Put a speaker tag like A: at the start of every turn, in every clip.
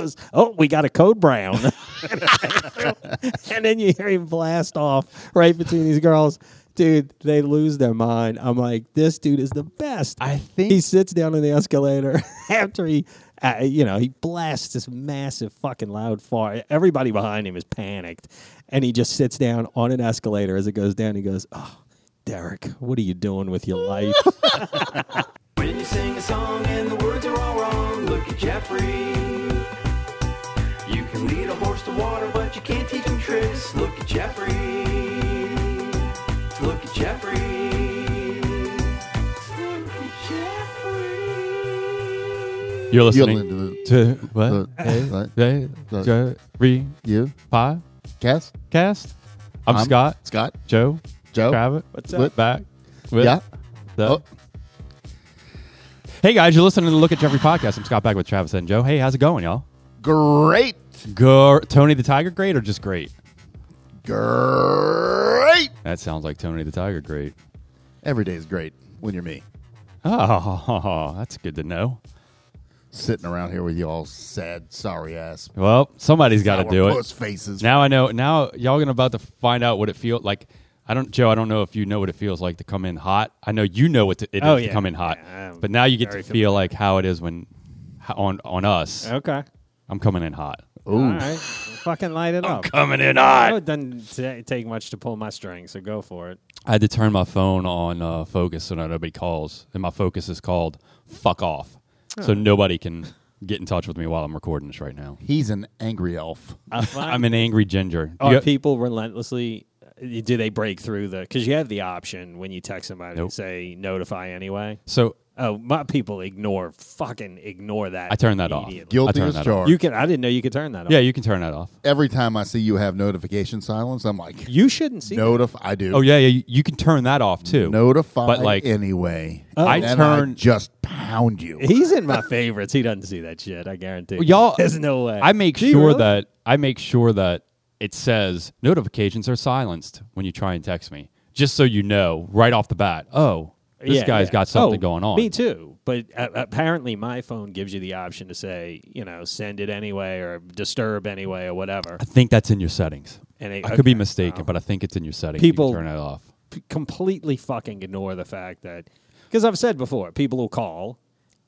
A: was, oh, we got a code brown. and then you hear him blast off right between these girls. Dude, they lose their mind. I'm like, this dude is the best.
B: I think
A: he sits down on the escalator after he, uh, you know, he blasts this massive fucking loud fart. Everybody behind him is panicked. And he just sits down on an escalator as it goes down. He goes, oh, Derek, what are you doing with your life?
C: When you sing a song and the words are all wrong, look at Jeffrey. You can lead a horse to water, but you can't teach him tricks. Look at Jeffrey. Look at Jeffrey. Look at Jeffrey.
B: you're
D: You'll
B: listening
D: into the,
B: to
D: the,
B: what?
D: right?
B: Jay,
D: the-
B: Jerry,
D: you,
B: podcast.
D: Cass,
B: I'm, Scott,
D: Scott,
B: Joe,
A: Oh.
D: Joe.
B: Kravitz.
A: What's
D: up?
B: Back. with
D: Yeah.
B: the-
D: Oh.
B: Hey guys, you're listening to the Look at Jeffrey podcast. I'm Scott back with Travis and Joe. Hey, how's it going, y'all?
D: Great.
B: Gr- Tony the Tiger, great or just great?
D: Great.
B: That sounds like Tony the Tiger, great.
D: Every day is great when you're me.
B: Oh, that's good to know.
D: Sitting around here with you all sad, sorry ass.
B: Well, somebody's got to
D: sour
B: do it.
D: puss faces.
B: Now I know. Now y'all gonna about to find out what it feels like. I don't, Joe. I don't know if you know what it feels like to come in hot. I know you know what to, it is
A: Oh,
B: to
A: yeah.
B: come in hot,
A: Yeah, I'm
B: but now you get to
A: very Oh.
B: feel like how it is when how- on on us.
A: okay.
B: I'm coming in hot.
A: All
D: Ooh.
A: right. Fucking light it up.
B: Coming in
A: I know
B: hot.
A: it doesn't ta- take much to pull my string, so go for it.
B: I had to turn my phone on uh, focus so that nobody calls, and my focus is called "fuck off,"
A: Oh.
B: so nobody can get in touch with me while I'm recording this right now.
D: He's an angry elf.
B: I'm an angry ginger.
A: Are
B: You-
A: people relentlessly? Do they break through the? Because you have the option when you text somebody
B: Nope.
A: to say notify anyway.
B: so
A: Oh, my people ignore fucking ignore that.
B: I turned that off.
A: immediately.
D: Guilty
B: I turn
D: as
B: that off.
D: charged.
A: You can. I didn't know you could turn that off.
B: yeah, you can turn that off.
D: Every time I see you have notification silence, I'm like,
A: You shouldn't see.
D: notify. I do.
B: Oh yeah, yeah. You, you can turn that off too.
D: Notify
B: But, like,
D: anyway.
B: I
D: And then
B: turn-
D: just pound you.
A: that. He's in my favorites. He doesn't see that shit. I guarantee.
B: Well, y'all-
A: there's no way.
B: I make
A: Do you
B: sure
A: really?
B: that I make sure that it says notifications are silenced when you try and text me, just so you know right off the bat. Oh, this
A: Yeah,
B: guy's
A: yeah.
B: got
A: Oh,
B: something going on.
A: Me too. But uh, apparently, my phone gives you the option to say, you know, send it anyway or disturb anyway or whatever.
B: I think that's in your settings.
A: And it,
B: I could be
A: okay, Oh.
B: mistaken,
A: wow.
B: but I think it's in your settings. You can
A: People-
B: turn it off.
A: p- completely fucking ignore the fact that because I've said before, people will call,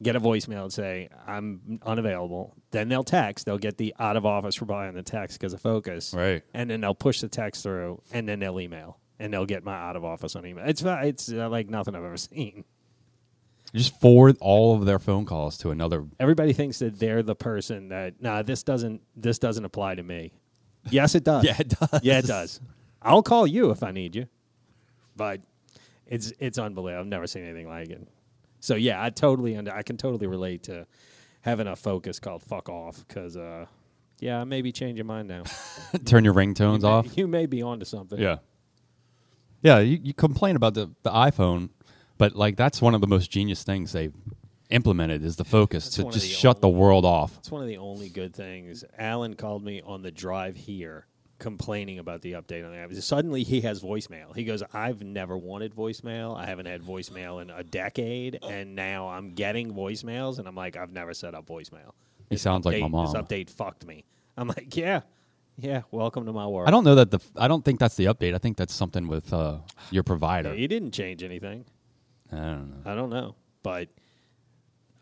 A: get a voicemail and say I'm unavailable. Then they'll text. They'll get the out of office reply on the text because of focus,
B: Right.
A: And then they'll push the text through, and then they'll email, and they'll get my out of office on email. It's not- it's uh, like nothing I've ever seen.
B: Just forward all of their phone calls to another.
A: Everybody thinks that they're the person that nah, this doesn't this doesn't apply to me. Yes, it does.
B: Yeah, it does.
A: Yeah, it does. I'll call you if I need you. But it's it's unbelievable. I've never seen anything like it. So yeah, I totally under, I can totally relate to having a focus called "fuck off" because uh, yeah, I may be changing mine now.
B: turn your ringtones off.
A: You may be onto something.
B: Yeah. Yeah, you, you complain about the, the iPhone, but like that's one of the most genius things they've implemented is the focus to
A: one of
B: just
A: the
B: shut the
A: only-
B: world off.
A: It's one of the only good things. Alan called me on the drive here complaining about the update on the app. Suddenly he has voicemail. He goes, I've never wanted voicemail. I haven't had voicemail in a decade. And now I'm getting voicemails. And I'm like, I've never set up voicemail.
B: He sounds like my
A: Update-
B: mom.
A: This update fucked me. I'm like, yeah, yeah, welcome to my world.
B: I don't know that the I don't think that's the update. I think that's something with uh, your provider.
A: He didn't change anything.
B: I don't know.
A: I don't know, but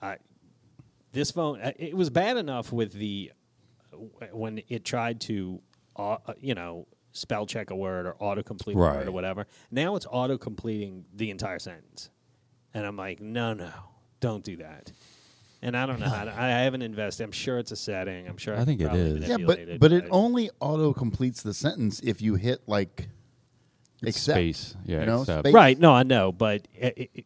A: I this phone uh, it was bad enough with the w- when it tried to uh, uh, you know spell check a word or autocomplete a
B: Right.
A: word or whatever. Now it's autocompleting the entire sentence, and I'm like, no, no, don't do that. And I don't know. how to, I haven't invested. I'm sure it's a setting. I'm sure.
B: I
A: could
B: think it
A: probably
B: is.
D: yeah,
A: manipulate
D: but but it only auto completes the sentence if you hit like except,
B: Space. Yeah,
D: you know,
B: except.
D: space.
A: right. No, I know, but it, it, it-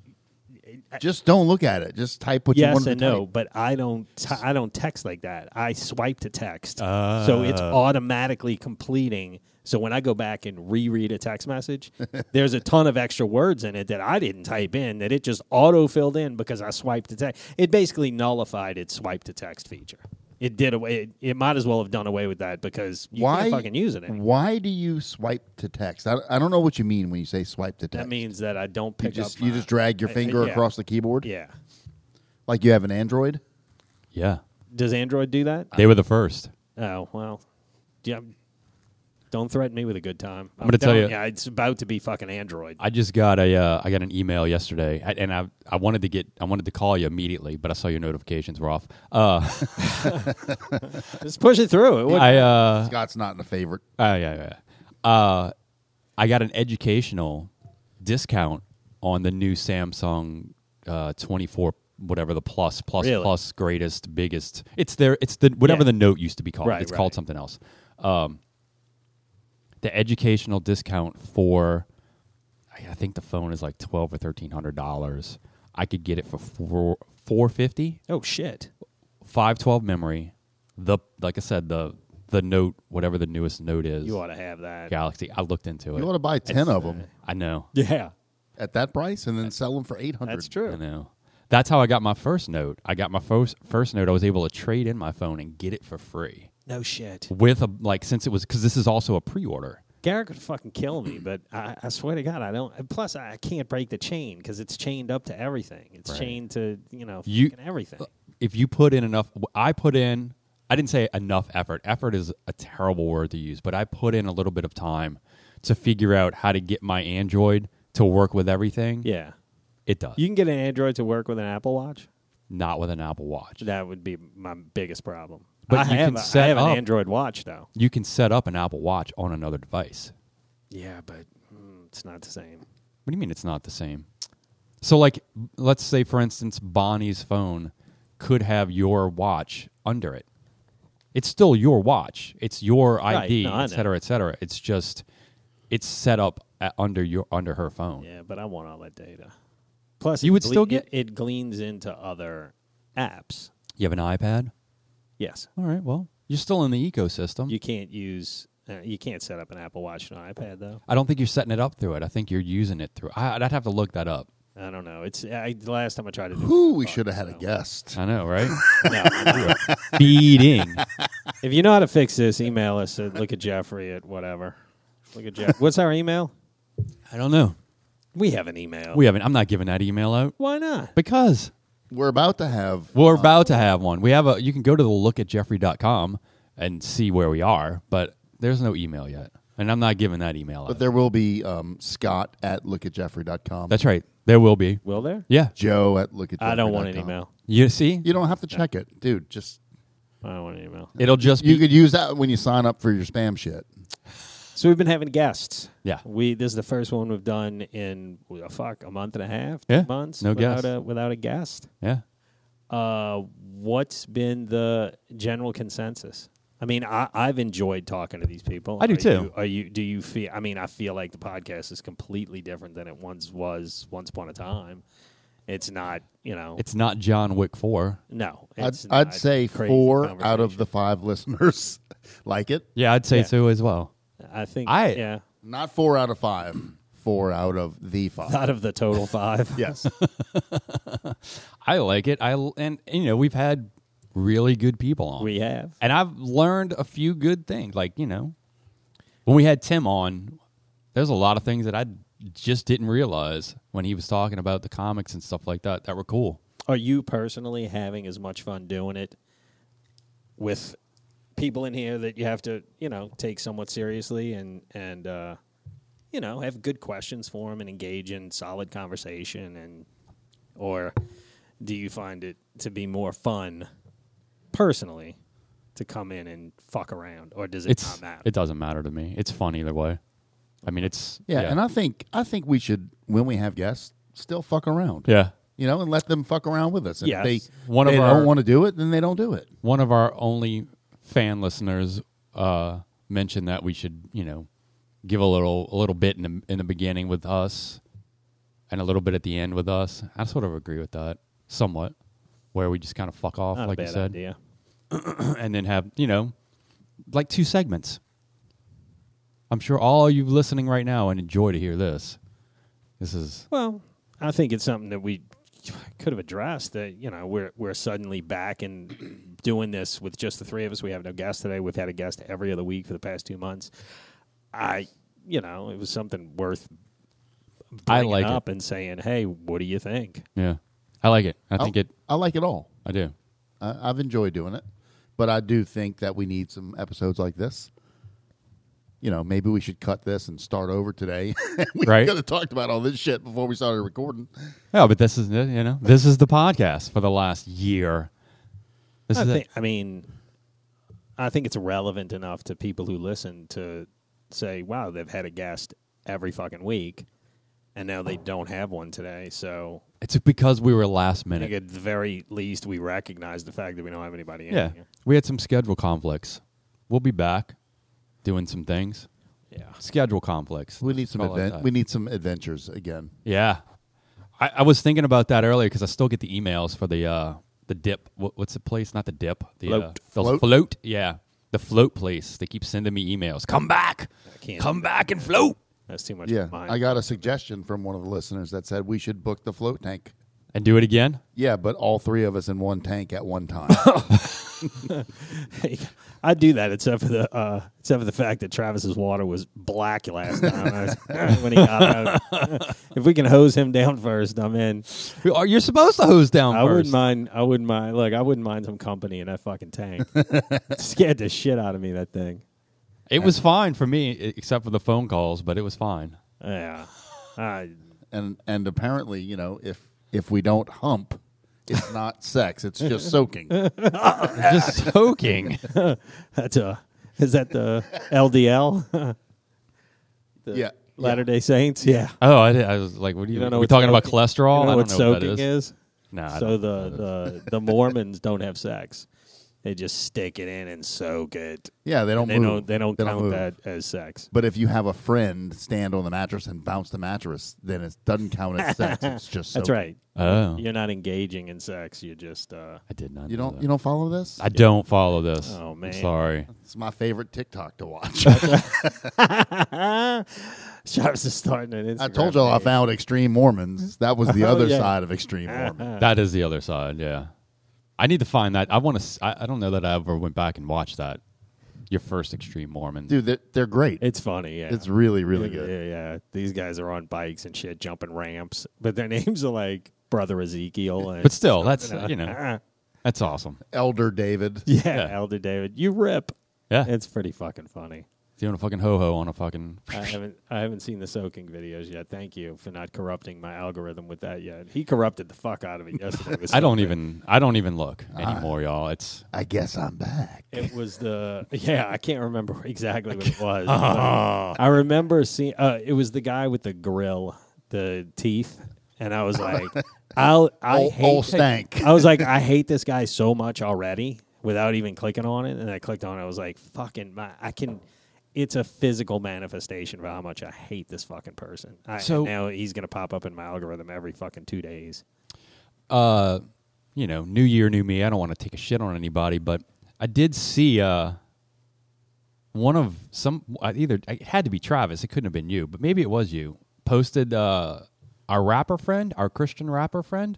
D: Just don't look at it. Just type what you
A: yes
D: want
A: and
D: to
A: no,
D: type.
A: but I don't. T- I don't text like that. I swipe to text, so it's
D: Ah.
A: automatically completing. So when I go back and reread a text message, there's a ton of extra words in it that I didn't type in that it just auto filled in because I swiped to text. It basically nullified its swipe to text feature. It did away. It, it might as well have done away with that because you
D: why
A: can't fucking use it anymore.
D: Why do you swipe to text? I, I don't know what you mean when you say swipe to text.
A: That means that I don't
D: you
A: pick
D: just
A: up.
D: you
A: my-
D: just drag
A: I-
D: your
A: I-
D: finger
A: yeah.
D: across the keyboard
A: Yeah.
D: like you have an Android.
B: Yeah.
A: Does Android do that?
B: They were the first.
A: Oh well, yeah. Don't threaten me with a good time.
B: I'm gonna tell
A: telling
B: you-
A: Yeah, it's about to be fucking Android.
B: I just got a uh, I got an email yesterday, I, and I I wanted to get I wanted to call you immediately, but I saw your notifications were off. Uh,
A: Just push it through. It would,
B: I uh,
D: Scott's not in the favorite.
B: oh, yeah, yeah. Uh, I got an educational discount on the new Samsung uh, 24 whatever the plus plus
A: Really?
B: plus greatest biggest. It's their it's the whatever
A: Yeah.
B: the note used to be called.
A: Right,
B: it's called
A: right.
B: something else. Um, the educational discount for I I think the phone is like twelve or thirteen hundred dollars. I could get it for four four fifty
A: oh shit.
B: five twelve memory, the like I said, the the note, whatever the newest note is,
A: You ought to have that.
B: Galaxy. I looked into
D: You
B: it. Uh,
D: want to buy ten of
A: uh,
D: them
B: I know,
A: Yeah,
D: at that price and then sell them for eight hundred.
A: that's true.
B: I know. That's how I got my first note. I got my first first note. I was able to trade in my phone and get it for free
A: No shit.
B: with a like since it was because this is also a pre order.
A: Garrett could fucking kill me, but I, I swear to God, I don't. and Plus, I can't break the chain because it's chained up to everything. It's
B: Right.
A: chained to you uh, know
B: You-
A: fucking everything.
B: If you put in enough, I put in. I didn't say enough effort. Effort is a terrible word to use, but I put in a little bit of time to figure out how to get my Android to work with everything.
A: yeah,
B: It does.
A: you can get an Android to work with an Apple Watch.
B: Not with an Apple Watch.
A: That would be my biggest problem.
B: But
A: I
B: you
A: have,
B: can
A: a-
B: set
A: I have
B: up-
A: an Android Watch though.
B: you can set up an Apple Watch on another device.
A: Yeah, but mm, it's not the same.
B: What do you mean it's not the same? So, like, let's say, for instance, Bonnie's phone could have your watch under it. It's still your watch. It's your
A: Right,
B: ID,
A: no, I know.
B: et cetera, et cetera. It's just it's set up at, under your under her phone.
A: Yeah, but I want all that data. Plus,
B: You
A: it
B: would still get-
A: it, it gleans into other apps.
B: You have an iPad.
A: Yes,
B: All right. Well, you're still in the ecosystem.
A: you can't use uh, you can't set up an Apple Watch and an iPad though.
B: I don't think you're setting it up through it. I think you're using it through. I, I'd have to look that up.
A: I don't know. It's I, the last time I tried to. do it,
D: Who we
A: fuck,
D: should have had a
A: so.
D: guest.
B: I know, right?
A: No, no.
B: Feeding.
A: if you know how to fix this, email us at look at Jeffrey at whatever. Look at Jeff. What's our email?
B: I don't know.
A: We have an email.
B: We haven't. I'm not giving that email out
A: Why not?
B: because
D: We're about to have
B: we're about to have one. We have a. You can go to the look at jeffrey.com and see where we are, but there's no email yet, and I'm not giving that email
D: but
B: out.
D: there will be um, Scott at lookatjeffrey.com.
B: That's right. There will be.
A: Will there?
B: Yeah.
D: Joe at lookatjeffrey.com.
A: I don't want an email.
B: You see,
D: You don't have to check it, dude. Just
A: I don't want an email.
B: it'll just
D: you
B: be.
D: could use that when you sign up for your spam shit.
A: So we've been having guests.
B: Yeah.
A: We this is the first one we've done in well, fuck a month and a half, two
B: Yeah,
A: months
B: no
A: without
B: guest.
A: a without a guest.
B: yeah.
A: Uh, what's been the general consensus? I mean, I, I've enjoyed talking to these people.
B: I do
A: Are
B: too.
A: you- are you? Do you feel? I mean, I feel like the podcast is completely different than it once was. Once upon a time, it's not. You know,
B: It's not John Wick four.
A: no.
D: I'd,
A: It's
D: I'd
A: not
D: say
A: crazy
D: four out of
A: conversation.
D: the five listeners like it.
B: Yeah, I'd say
A: Yeah.
B: so as well.
A: I think.
B: I-
A: yeah.
D: Not four out of five. Four out of the five.
A: Out of the total five.
D: yes.
B: I like it. I l- and, and you know we've had really good people on.
A: We have.
B: and I've learned a few good things. Like you know, when we had Tim on, there's a lot of things that I just didn't realize when he was talking about the comics and stuff like that that were cool.
A: Are you personally having as much fun doing it with people in here that you have to, you know, take somewhat seriously and and uh, you know have good questions for them and engage in solid conversation and or do you find it to be more fun personally to come in and fuck around or does it
B: It's
A: not matter?
B: it doesn't matter to me. It's fun either way. I mean, it's
D: Yeah, and I think I think we should when we have guests still fuck around.
B: yeah.
D: You know, and let them fuck around with us. And
A: Yes.
D: if they
B: One of
D: they
B: our-
D: don't want to do it, then they don't do it.
B: One of our only fan listeners uh, mentioned that we should you know give a little a little bit in the in the beginning with us and a little bit at the end with us. I sort of agree with that somewhat. Where we just kind of fuck off,
A: not
B: like
A: a
B: you
A: bad
B: said.
A: idea.
B: and then have you know like two segments i'm sure all you listening right now and enjoy to hear this this is
A: Well, I think it's something that we could have addressed. That you know, we're we're suddenly back and doing this with just the three of us. We have no guest today. We've had a guest every other week for the past two months. I, you know, it was something worth.
B: I
A: bringing
B: like it.
A: up and saying, "Hey, what do you think?" Oh.
B: yeah i like it i think
D: I,
B: it
D: I like it all.
B: i do
D: I, I've enjoyed doing it, but I do think that we need some episodes like this. You know, maybe we should cut this and start over today. we
B: Right.
D: could have talked about all this shit before we started recording.
B: Yeah, but this is it, you know this is the podcast for the last year. This
A: I,
B: is
A: think,
B: it.
A: I mean, I think it's relevant enough to people who listen to say, "Wow, they've had a guest every fucking week, and now they don't have one today." So
B: It's because we were last
A: I think
B: minute.
A: at the very least, we recognize the fact that we don't have anybody in
B: Yeah,
A: here.
B: we had some schedule conflicts. We'll be back doing some things.
A: Yeah.
B: Schedule conflicts.
D: We need some
B: That's all I
D: advent-
B: said.
D: we need some adventures again.
B: Yeah, I, I was thinking about that earlier because I still get the emails for the uh, the dip. What, what's the place? Not the dip. The uh,
A: Float.
B: the
D: Float?
B: float. Yeah, the float place. They keep sending me emails. Come back.
A: can't
B: Come back and float.
A: That's too much.
D: Yeah,
A: Mine.
D: I got a suggestion from one of the listeners that said we should book the float tank.
B: And do it again.
D: Yeah, but all three of us in one tank at one time.
A: I do that except for the uh, except for the fact that Travis's water was black last time I was- when he got out. if we can hose him down first, I'm in.
B: Oh, You're supposed to hose down
A: I
B: 1st
A: wouldn't mind. I wouldn't mind. Look, I wouldn't mind some company in that fucking tank. Scared the shit out of me that thing.
B: It was fine for me, e- except for the phone calls, but it was fine.
A: Yeah. I,
D: and and apparently, you know, if if we don't hump, it's not sex. It's just soaking.
B: Just soaking.
A: that's a. Is that the LDL? the
D: Yeah,
A: Latter Day Saints. Yeah.
B: Oh, I, did- I was like, what are you,
A: You don't know
B: are we
A: what
B: talking about
A: soaking-
B: cholesterol?
A: You know
B: I don't
A: what
B: know
A: soaking
B: what that is.
A: is?
B: Nah, I
A: so
B: don't know
A: the,
B: what that is.
A: the the Mormons don't have sex. They just stick it in and soak it.
D: Yeah, they don't
A: They don't
D: move.
A: they don't count
D: move.
A: that as sex.
D: But if you have a friend stand on the mattress and bounce the mattress, then it doesn't count as sex. It's just
A: That's
D: soaking.
A: right.
B: oh,
A: You're not engaging in sex. You're just uh,
B: I did not.
D: You
B: know
D: don't
B: that.
D: you don't follow this?
B: I don't follow this.
A: Oh,
B: I'm
A: man.
B: sorry.
D: It's my favorite TikTok to watch.
A: Travis is starting an Instagram.
D: I told y'all I
A: page.
D: found extreme Mormons. That was
B: Oh,
D: the other
A: yeah.
D: side of extreme Mormon.
B: That is the other side. Yeah, I need to find that. I want to. I, I don't know that I ever went back and watched that. Your first extreme Mormon.
D: Dude, they're, they're great.
A: It's funny. Yeah.
D: It's really really
A: yeah,
D: good.
A: Yeah, yeah. These guys are on bikes and shit, jumping ramps, but their names are like Brother Ezekiel. And,
B: but still, that's you know,
A: Ah.
B: that's awesome.
D: Elder David.
A: yeah,
B: Yeah.
A: Elder David, you rip.
B: Yeah,
A: It's pretty fucking funny.
B: doing a fucking ho ho on a fucking.
A: I haven't I haven't seen the soaking videos yet. Thank you for not corrupting my algorithm with that yet. He corrupted the fuck out of it yesterday. with
B: I don't
A: soaking.
B: even. I don't even look
A: Ah.
B: anymore, y'all. It's
D: I guess I'm back.
A: It was the yeah. I can't remember exactly what it was.
D: Uh-huh.
A: but I remember seeing. Uh, it was the guy with the grill, the teeth, and I was like, I'll I
D: Ol-
A: hate
D: ol' stank.
A: I was like, I hate this guy so much already without even clicking on it. And I clicked on it. I was like, fucking, my, I can. It's a physical manifestation of how much I hate this fucking person. I,
B: So-
A: and now he's gonna pop up in my algorithm every fucking two days.
B: uh, you know, new year, new me. I don't want to take a shit on anybody, but I did see uh one of some I either it had to be Travis. It couldn't have been you, but maybe it was you. Posted uh our rapper friend, our Christian rapper friend.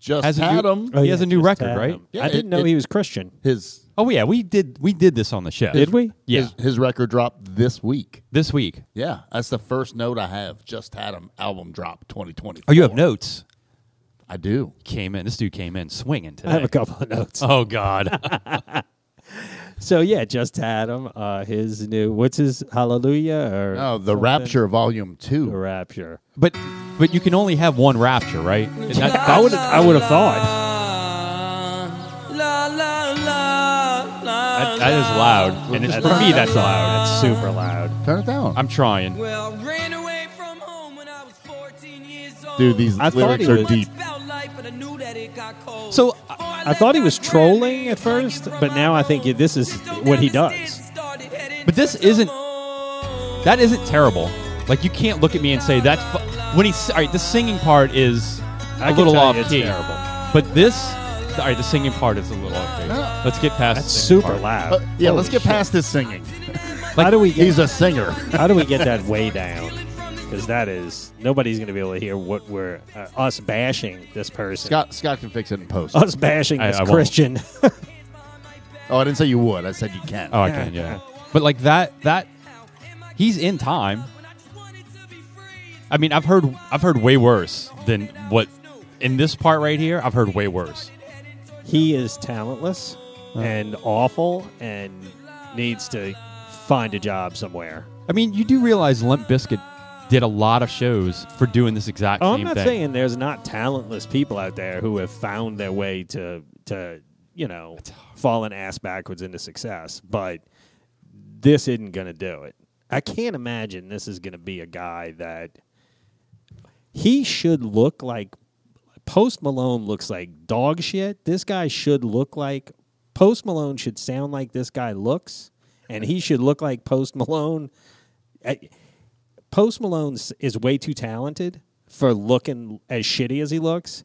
D: Just
B: Has a
D: had
B: new-
D: 'em.
B: Oh, He has a new
A: just
B: record,
A: had
B: right?
A: him.
D: Yeah,
A: I
D: it-
A: didn't know
D: it-
A: he was Christian.
D: His
B: Oh yeah, we did we did this on the show.
A: Did we?
B: Yeah.
D: his, his record dropped this week.
B: This week.
D: Yeah, that's the first note I have. Just had him album drop 2020.
B: Oh, you have notes.
D: I do.
B: Came in. This dude came in swinging today.
A: I have a couple of notes.
B: oh god.
A: So yeah, just had him. Uh, his new what's his Hallelujah or
D: Oh, the
A: something?
D: Rapture Volume Two.
A: The Rapture.
B: but but you can only have one rapture, right? And that-
A: I would I would have thought.
E: La la la la.
B: that- that is loud. And it's, for me that's loud.
A: That's super loud.
D: Turn it down.
B: I'm trying.
E: Well, ran away from home when I was 14 years old.
D: Dude, these
A: I thought
D: lyrics
A: he
D: are
A: was-
D: deep.
E: About life, but I knew that it got cold.
B: So,
E: Before
A: I
E: left,
A: thought he was
E: got
A: trolling at
E: grimy, drinking
A: first,
E: from
A: but
E: my
A: now I think
E: home.
A: this is
E: Just don't
A: what he
E: understand,
A: does.
E: started heading
B: But this
E: for the
B: isn't-
E: moon.
B: That isn't terrible. Like you can't look at me and say that's fu- when he's all right. The singing part is a
A: can
B: little
A: tell you
B: off
A: it's
B: key,
A: terrible.
B: but this all right. The singing part is a little off key.
D: Yeah.
B: Let's get past
A: That's
B: the singing
A: super
B: part.
A: loud.
D: Uh, yeah,
A: Holy
D: let's get
A: shit.
D: past this singing.
A: how do we get
D: He's a singer.
A: how do we get that way down? Because that is nobody's going to be able to hear what we're uh, us bashing this person.
D: Scott Scott can fix it in post.
B: Oh,
A: us bashing
B: I-
A: this
B: I won't.
A: Christian.
D: Oh, I didn't say you would. I said you can.
B: Oh, I can yeah. But like that that he's in time. I mean, I've heard I've heard way worse than what in this part right here. I've heard way worse.
A: he is talentless and awful and needs to find a job somewhere.
B: I mean, you do realize Limp Biscuit did a lot of shows for doing this exact
A: Oh,
B: same
A: I'm not
B: thing.
A: saying there's not talentless people out there who have found their way to to you know fallen ass backwards into success, but this isn't going to do it. I can't imagine this is going to be a guy that he should look like. Post Malone looks like dog shit. This guy should look like Post Malone should sound like this guy looks, and he should look like Post Malone. I- Post Malone is way too talented for looking as shitty as he looks.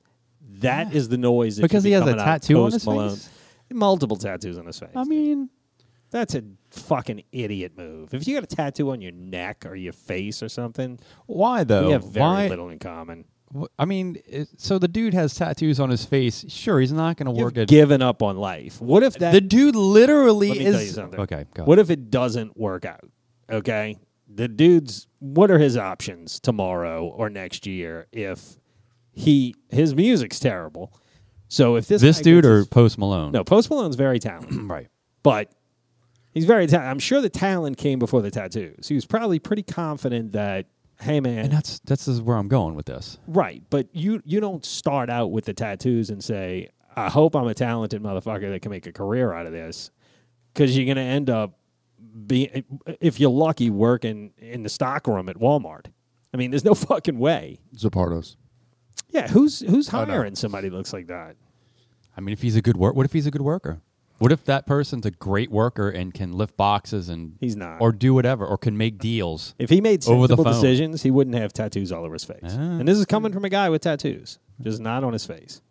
A: That is the noise that should
B: Because
A: be
B: he has a
A: coming out of
B: tattoo on
A: Post
B: his
A: Malone.
B: face?
A: multiple tattoos on his face.
B: I mean,
A: That's a fucking idiot move. If you got a tattoo on your neck or your face or something,
B: why though?
A: we have very
B: Oh, why?
A: little in common.
B: wh- I mean, it, so the dude has tattoos on his face. Sure, he's not going to
A: You've
B: work at.
A: given up on life. What if that?
B: the dude literally
A: let me
B: is.
A: tell you something.
B: Okay, go.
A: What if it doesn't work out? Okay, the dude's. What are his options tomorrow or next year if he his music's terrible? So if this
B: this
A: guy
B: dude
A: gets
B: or
A: his-
B: Post Malone?
A: no, Post Malone's very talented,
B: right.
A: but he's very. Ta- I'm sure the talent came before the tattoos. He was probably pretty confident that, hey man,
B: And that's that's is where I'm going with this.
A: Right, but you you don't start out with the tattoos and say, "I hope I'm a talented motherfucker that can make a career out of this," because you're going to end up being, if you're lucky, working in the stockroom at Walmart. I mean, there's no fucking way.
D: Zapardos.
A: Yeah, who's who's
B: Oh,
D: I know.
A: hiring somebody that looks like that?
B: I mean, if he's a good work, what if he's a good worker? What if that person's a great worker and can lift boxes and
A: He's not.
B: or do whatever, or can make deals?
A: If he made
B: Over the
A: sensible
B: phone.
A: decisions, he wouldn't have tattoos all over his face.
B: Ah.
A: and this is coming from a guy with tattoos, just not on his face.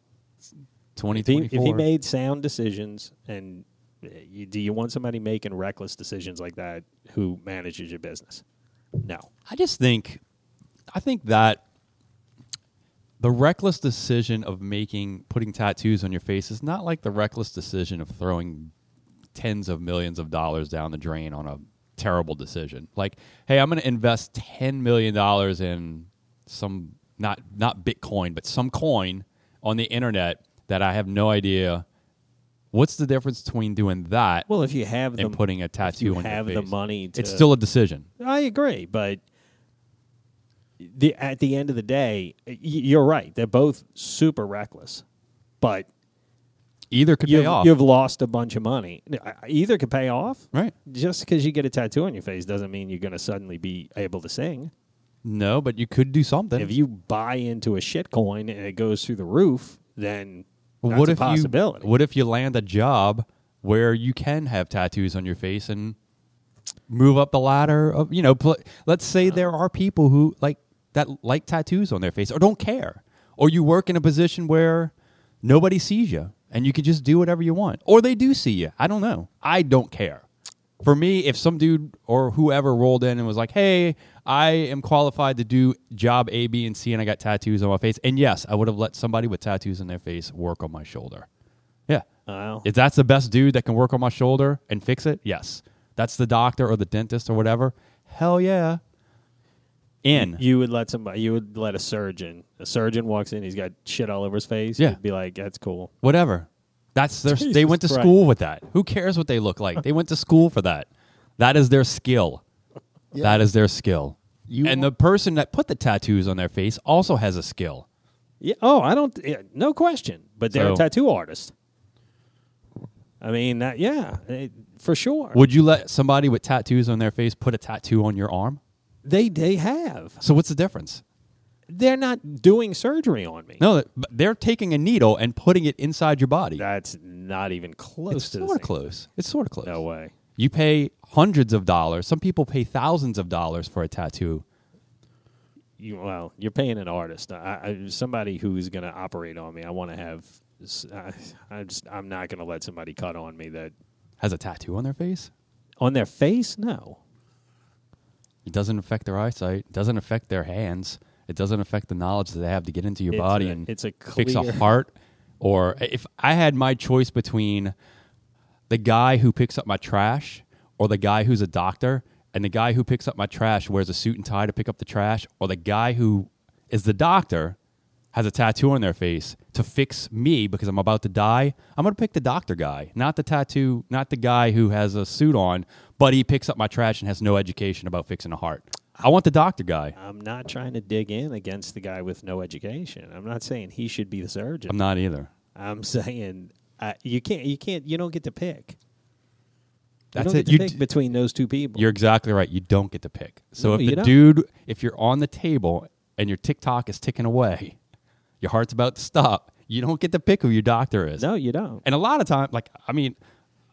B: Twenty
A: If he,
B: twenty
A: if he
B: four.
A: made sound decisions, and uh, you, do you want somebody making reckless decisions like that who manages your business? No.
B: I just think, I think that the reckless decision of making putting tattoos on your face is not like the reckless decision of throwing tens of millions of dollars down the drain on a terrible decision. Like, hey, I'm going to invest ten million dollars in some not not Bitcoin, but some coin on the internet that I have no idea. What's the difference between doing that
A: Well, if you have the
B: and putting a
A: if you
B: tattoo on
A: have
B: your
A: the
B: face?
A: money, to,
B: it's still a decision.
A: I agree, but the at the end of the day, y- you're right. They're both super reckless, but
B: Either could
A: you've,
B: pay off,
A: you've lost a bunch of money. I- I- Either could pay off.
B: right?
A: Just because you get a tattoo on your face doesn't mean you're going to suddenly be able to sing.
B: No, but you could do something.
A: if you buy into a shit coin and it goes through the roof, then
B: But
A: that's
B: what
A: a
B: if
A: possibility.
B: You, what if you land a job where you can have tattoos on your face and move up the ladder of you know? Pl- let's say there are people who like that like tattoos on their face or don't care, or you work in a position where nobody sees you and you can just do whatever you want, or they do see you. I don't know. I don't care. For me, if some dude or whoever rolled in and was like, "Hey, I am qualified to do job A, B, and C, and I got tattoos on my face," and yes, I would have let somebody with tattoos on their face work on my shoulder. Yeah,
A: Well,
B: if that's the best dude that can work on my shoulder and fix it, yes, that's the doctor or the dentist or whatever. Hell yeah, in
A: you would let somebody, you would let a surgeon. A surgeon walks in, he's got shit all over his face.
B: Yeah.
A: you'd be like, that's cool.
B: whatever. That's their. they
A: Jesus
B: went to
A: Christ.
B: school with that. Who cares what they look like? They went to school for that. That is their skill. That is their skill.
D: You
B: and the person that put the tattoos on their face also has a skill.
A: Yeah. Oh, I don't. Yeah, no question. But they're a
B: So-
A: tattoo artist. I mean, that yeah, it- for sure.
B: Would you let somebody with tattoos on their face put a tattoo on your arm?
A: they they have.
B: So what's the difference?
A: They're not doing surgery on me.
B: No, that- but they're taking a needle and putting it inside your body.
A: that's not even close
B: it's
A: to
B: sort
A: the
B: of
A: same.
B: close. It's sort of close.
A: No way.
B: You pay hundreds of dollars. Some people pay thousands of dollars for a tattoo.
A: you well, you're paying an artist, I, I, somebody who's going to operate on me. I want to have. s- I, am just. I'm not going to let somebody cut on me that
B: Has a tattoo on their face?
A: on their face. No,
B: It doesn't affect their eyesight. It doesn't affect their hands. It doesn't affect the knowledge that they have to get into your
A: It's
B: body
A: a-
B: and
A: it's a
B: fix a
A: clear-
B: heart. Or if I had my choice between the guy who picks up my trash or the guy who's a doctor and the guy who picks up my trash wears a suit and tie to pick up the trash or the guy who is the doctor has a tattoo on their face to fix me because I'm about to die, I'm going to pick the doctor guy, not the tattoo, not the guy who has a suit on, but he picks up my trash and has no education about fixing a heart. I want the doctor guy.
A: I'm not trying to dig in against the guy with no education. I'm not saying he should be the surgeon.
B: I'm not either.
A: I'm saying uh, you can't. You can't. You don't get to pick. You
B: That's
A: don't Get
B: it.
A: to
B: You
A: pick
B: d-
A: between those two people.
B: You're exactly right. You don't get to pick. So
A: No,
B: if
A: you
B: the
A: don't.
B: dude, if you're on the table and your TikTok is ticking away, your heart's about to stop. You don't get to pick who your doctor is.
A: no, you don't.
B: And a lot of time, like I mean,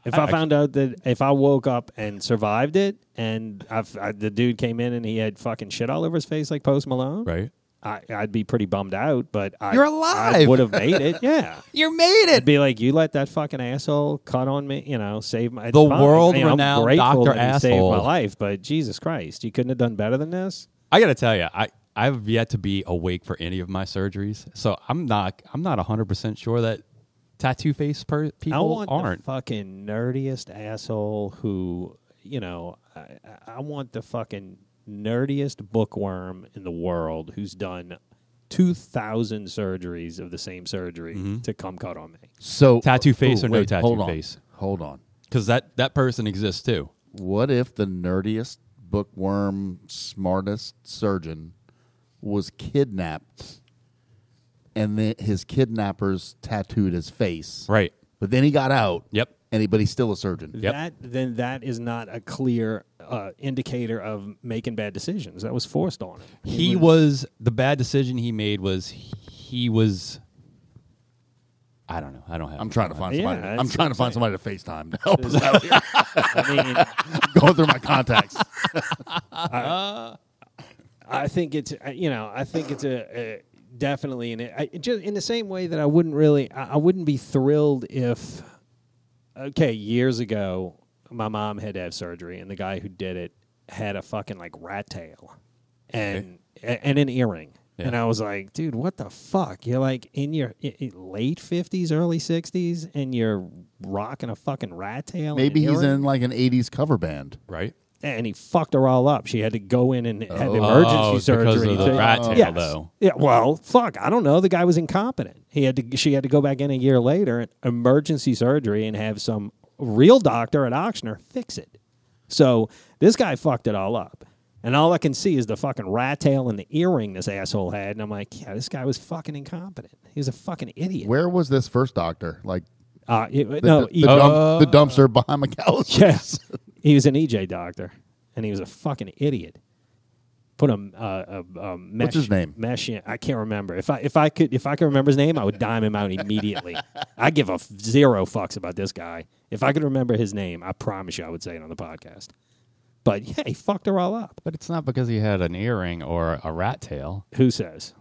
A: If I,
B: I- I-
A: found out that if I woke up and survived it, and I've, I, the dude came in and he had fucking shit all over his face like Post Malone,
B: right?
A: I, I'd be pretty bummed out. But I,
B: You're
A: I
B: alive.
A: would have made it. Yeah.
B: You made
A: I'd be like, you let that fucking asshole cut on me, you know, save my it's
B: The
A: fine. I mean,
B: world-renowned
A: I'm grateful
B: Dr.
A: that he saved my
B: Asshole.
A: life, but Jesus Christ, you couldn't have done better than this.
B: I gotta tell you, I I've yet to be awake for any of my surgeries, so I'm not I'm not 100 percent sure that tattoo face per-
A: I
B: people
A: want
B: aren't.
A: the fucking nerdiest asshole who, you know, I, I- I want the fucking nerdiest bookworm in the world who's done two thousand surgeries of the same surgery
B: Mm-hmm.
A: to come cut on me.
D: So
B: Tattoo face
D: ooh,
B: or no
D: wait,
B: tattoo
D: hold on.
B: face?
D: Hold on.
B: Because that that person exists too.
D: What if the nerdiest, bookworm, smartest surgeon was kidnapped, and then his kidnappers tattooed his face?
B: Right.
D: But then he got out.
B: Yep.
D: And he, but he's still a surgeon.
B: Yep.
A: That then that is not a clear uh, indicator of making bad decisions. That was forced on him.
B: He was the bad decision he made was he was. I don't know. I don't have.
D: I'm trying to find
A: Yeah,
D: somebody.
A: that's
D: I'm trying to find somebody to FaceTime to help us out. here.
A: I mean,
D: Going through my contacts.
A: I think it's uh, you know I think it's a, a definitely in it I, just in the same way that I wouldn't really I, I wouldn't be thrilled if okay years ago my mom had to have surgery and the guy who did it had a fucking like rat tail and a- and an earring
B: Yeah.
A: and I was like dude what the fuck you're like in your i i- late fifties early sixties and you're rocking a fucking rat tail and
D: Maybe
A: an
D: he's
A: earring?
D: in like an '80s cover band.
B: right.
A: and he fucked her all up. She had to go in and had
D: Oh.
A: emergency
B: Oh, because
A: surgery.
B: of the
A: to-
B: rat tail,
A: Yes.
B: though.
A: Yeah. Well, fuck. I don't know. The guy was incompetent. He had to. She had to go back in a year later, and emergency surgery, and have some real doctor at Auctioner fix it. So this guy fucked it all up. And all I can see is the fucking rat tail and the earring this asshole had. And I'm like, yeah, this guy was fucking incompetent. He was a fucking idiot.
D: Where was this first doctor? Like
A: Uh, it-
D: the,
A: no,
D: the,
A: he-
D: the
A: Uh,
D: dump, the dumpster behind McAllister.
A: Yes. He was an EJ doctor, and he was a fucking idiot. Put a, uh, a, a, a mesh,
D: his name?
A: Mesh in. I can't remember. If I if I could if I could remember his name, I would dime him out immediately. I give a f- zero fucks about this guy. If I could remember his name, I promise you, I would say it on the podcast. But yeah, he fucked her all up.
B: But it's not because he had an earring or a rat tail.
A: Who says?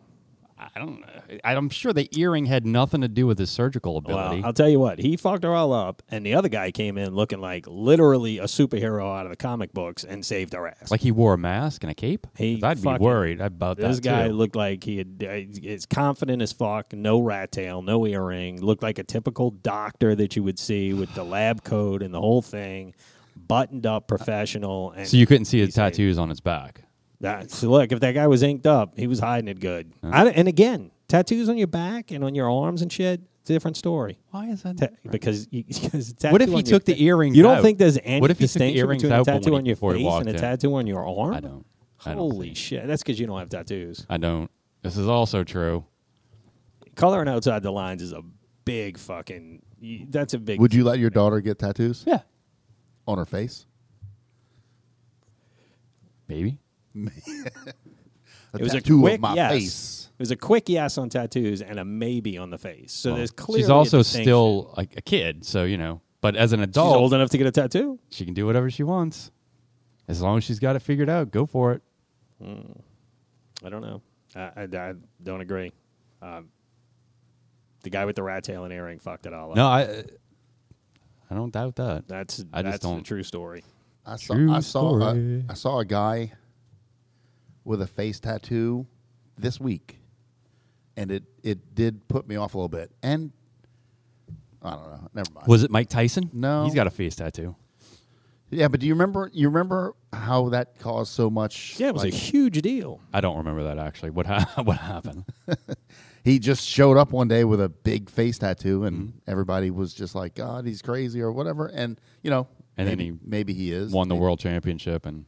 B: I don't. know. I'm sure the earring had nothing to do with his surgical ability.
A: Well, I'll tell you what, he fucked her all up, and the other guy came in looking like literally a superhero out of the comic books and saved her ass.
B: like he wore a mask and a cape. 'Cause
A: He
B: I'd be
A: fucking-
B: worried about
A: This
B: that
A: guy
B: too.
A: looked like he had, uh, is confident as fuck, no rat tail, no earring, looked like a typical doctor that you would see with the lab coat and the whole thing, buttoned up professional. And
B: so you couldn't see his
A: he's like-
B: tattoos on his back.
A: That- so look, if that guy was inked up, he was hiding it good. I don't- and again, tattoos on your back and on your arms and shit, different story.
B: Why is that?
A: Ta- because you, because a
B: What if
A: tattoo
B: he
A: on your
B: took the
A: fa-
B: earrings
A: You don't
B: out?
A: think there's any
B: What if he took the
A: distinction
B: earrings
A: between a
B: out, but
A: tattoo
B: when
A: on
B: he-
A: your
B: before he
A: face
B: walked
A: and a
B: in?
A: tattoo on your arm?
B: I don't. I don't
A: Holy
B: see.
A: shit! That's because you don't have tattoos.
B: I don't. This is also true.
A: coloring outside the lines is a big fucking y- that's a big
D: Would you let your daughter get tattoos
B: Yeah,
D: on her face?
B: baby.
D: A
A: it was
D: tattoo
A: a quick
D: of my
A: yes.
D: face.
A: it was a quick yes on tattoos and a maybe on the face so there's clearly
B: She's
A: a
B: also
A: distinction.
B: still like a kid, so you know. But as an
A: she's
B: adult,
A: old enough to get a tattoo
B: she can do whatever she wants, as long as she's got it figured out. Go for it.
A: i don't know i, I, I don't agree um, the guy with the rat tail and earring fucked it all up
B: No, I. I don't doubt that.
A: that's
B: I just
A: that's the
B: don't-
A: true story
D: I saw
B: True
D: I saw a,
B: story.
D: I saw a guy with a face tattoo this week, and it it did put me off a little bit. And I don't know. Never mind.
B: Was it Mike Tyson?
D: No.
B: he's got a face tattoo.
D: yeah, but do you remember? You remember how that caused so much?
A: yeah it was
D: like,
A: a huge deal
B: I don't remember that actually. What ha- what happened?
D: He just showed up one day with a big face tattoo, and
B: Mm-hmm.
D: everybody was just like, "God, he's crazy" or whatever. And you know,
B: And then
D: maybe,
B: he
D: maybe he is
B: Won the
D: Maybe-
B: world championship and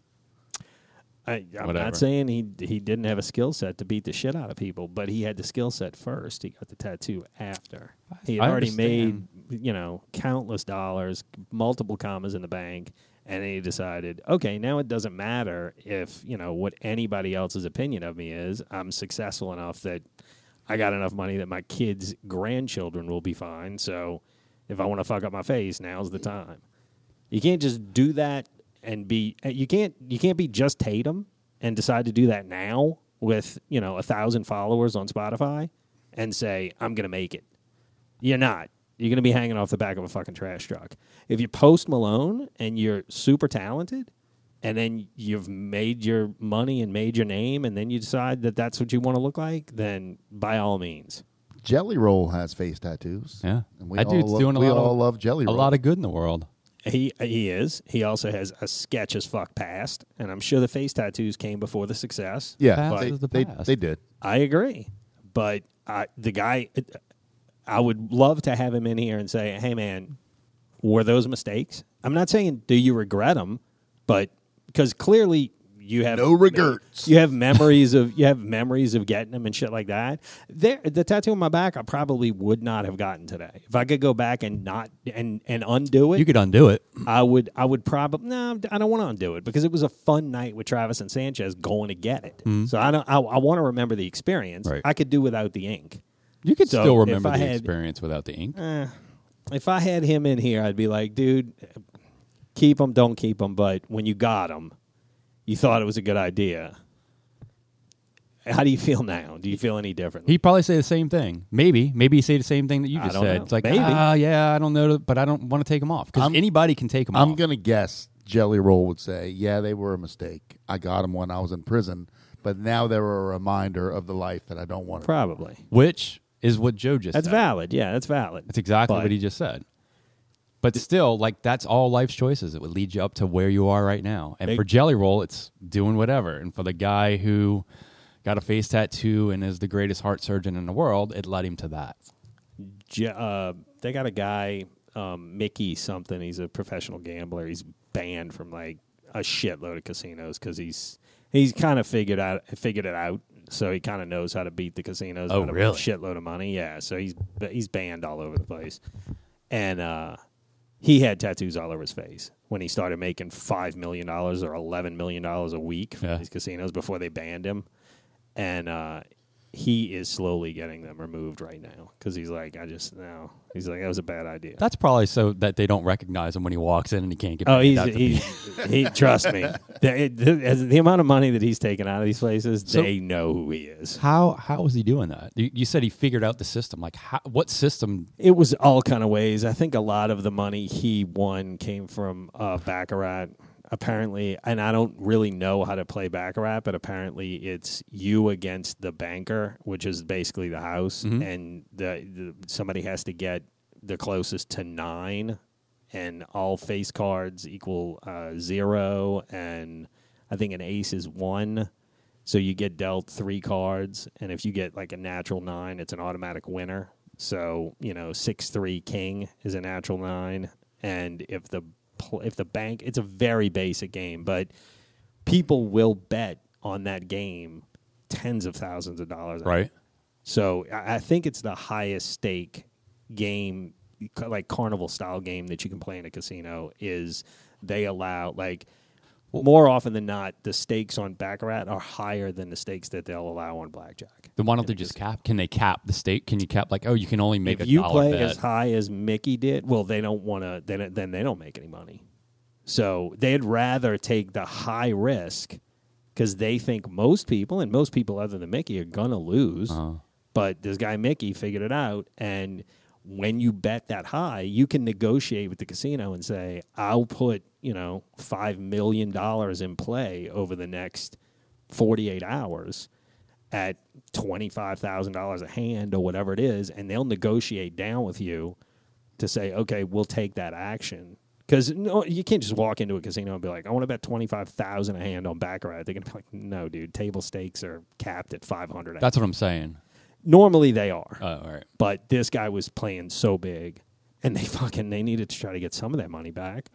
A: I, I'm
B: Whatever.
A: not saying he he didn't have a skill set to beat the shit out of people, but he had the skill set first. He got the tattoo after. He had
B: I
A: already
B: understand.
A: made you know countless dollars, multiple commas in the bank, and then he decided, okay, now it doesn't matter if you know what anybody else's opinion of me is. I'm successful enough that I got enough money that my kids' grandchildren will be fine. So if I want to fuck up my face, now's the time. You can't just do that and be eh, you can't you can't be just Tatum and decide to do that now with, you know, a thousand followers on Spotify and say, I'm gonna make it. You're not. You're gonna be hanging off the back of a fucking trash truck. If you post Malone and you're super talented and then you've made your money and made your name and then you decide that that's what you want to look like, then by all means.
D: Jelly Roll has face tattoos.
B: yeah,
D: and we
B: that dude's
D: all love,
B: doing a
D: we
B: lot
D: all
B: of
D: love Jelly
B: a
D: Roll.
B: lot of good in the world.
A: He he is. He also has a sketch as fuck past, and I'm sure the face tattoos came before the success.
D: yeah,
B: Past
D: they,
B: is the
D: they,
B: past.
D: they did.
A: I agree, but I, the guy, I would love to have him in here and say, "Hey, man, were those mistakes?" I'm not saying do you regret them, but because clearly you have
D: No regrets.
A: You have memories of you have memories of getting them and shit like that. There, the tattoo on my back, I probably would not have gotten today if I could go back and not and and undo it.
B: You could undo it.
A: I would I would probably no I don't want to undo it because it was a fun night with Travis and Sanchez going to get it. So I don't I, I want to remember the experience.
B: Right.
A: I could do without the ink.
B: You could
A: So
B: still
A: if
B: remember
A: I
B: the
A: had-
B: experience without the ink.
A: If I had him in here, I'd be like, dude, keep them, don't keep them. But when you got them, you thought it was a good idea. How do you feel now? Do you feel any different?
B: He'd probably say the same thing. Maybe, maybe he'd say the same thing that you
A: I
B: just
A: don't
B: said.
A: know.
B: It's like,
A: Maybe.
B: ah, yeah, I don't know, but I don't want to take them off because
D: I'm-
B: anybody can take them
D: I'm
B: off.
D: gonna guess Jelly Roll would say, "Yeah, they were a mistake. I got them when I was in prison, but now they were a reminder of the life that I don't want." to
A: probably.
B: Which is what Joe just
A: That's
B: said.
A: valid. Yeah, that's valid.
B: That's exactly
A: But-
B: what he just said. But still, like that's all life's choices. It would lead you up to where you are right now. And
A: Big-
B: for Jelly Roll, it's doing whatever. And for the guy who got a face tattoo and is the greatest heart surgeon in the world, it led him to that.
A: J- uh, they got a guy, um, Mickey something. He's a professional gambler. He's banned from like a shitload of casinos because he's he's kind of figured out figured it out. So he kind of knows how to beat the casinos.
B: Oh,
A: out of
B: really?
A: A shitload of money. Yeah. So he's but he's banned all over the place, and uh, he had tattoos all over his face when he started making five million dollars or eleven million dollars a week from
B: Yeah.
A: these casinos before they banned him, and uh, he is slowly getting them removed right now because he's like, I just no. He's like, that was a bad idea.
B: That's probably so that they don't recognize him when he walks in and he can't get.
A: Oh,
B: paid
A: he's
B: out to
A: he,
B: people.
A: he. Trust me, the, the, the amount of money that he's taken out of these places,
B: So-
A: they know who he is.
B: how how was he doing that? You, you said he figured out the system. Like, how, what system?
A: It was all kind of ways. I think a lot of the money he won came from uh, baccarat, apparently, and I don't really know how to play baccarat, but apparently it's you against the banker, which is basically the house, and the, the somebody has to get the closest to nine, and all face cards equal uh, zero, and I think an ace is one. So you get dealt three cards, and if you get like a natural nine, it's an automatic winner. So you know, six three king is a natural nine, and if the pl- if the bank, it's a very basic game, but people will bet on that game tens of thousands of dollars.
B: Right.
A: So I I think it's the highest stake game, ca- like carnival style game that you can play in a casino. Is they allow like more often than not the stakes on baccarat are higher than the stakes that they'll allow on blackjack.
B: Then why don't they just cap? Can they cap the state? Can you cap like, oh, you can only make
A: If
B: a
A: you
B: dollar
A: play
B: bet.
A: as high as Mickey did, well, they don't want to. Then then they don't make any money. So they'd rather take the high risk because they think most people and most people other than Mickey are gonna lose. But this guy Mickey figured it out, and when you bet that high, you can negotiate with the casino and say, "I'll put you know five million dollars in play over the next forty eight hours." At twenty five thousand dollars a hand or whatever it is, and they'll negotiate down with you to say, okay, we'll take that action. Because no, you can't just walk into a casino and be like, I want to bet twenty five thousand a hand on baccarat. They're gonna be like, no, dude, table stakes are capped at five hundred.
B: That's what I'm saying.
A: Normally they are,
B: Oh, all right.
A: but this guy was playing so big, and they fucking they needed to try to get some of that money back.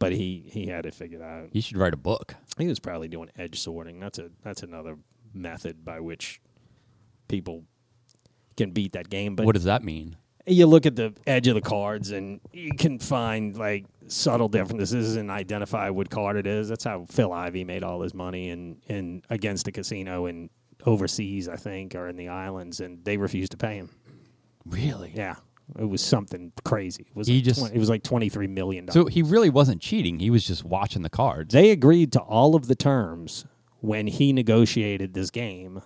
A: But he he had it figured out.
B: You should write a book.
A: He was probably doing edge sorting. That's a that's another method by which people can beat that game. But
B: what does that mean?
A: you look at the edge of the cards and you can find like subtle differences and identify what card it is. That's how Phil Ivey made all his money and and against the casino and overseas, I think, or in the islands, and they refused to pay him.
B: Really?
A: Yeah, it was something crazy. It was
B: He
A: like
B: just-
A: 20 it was like twenty three million dollars.
B: So he really wasn't cheating. He was just watching the cards.
A: They agreed to all of the terms when he negotiated this game.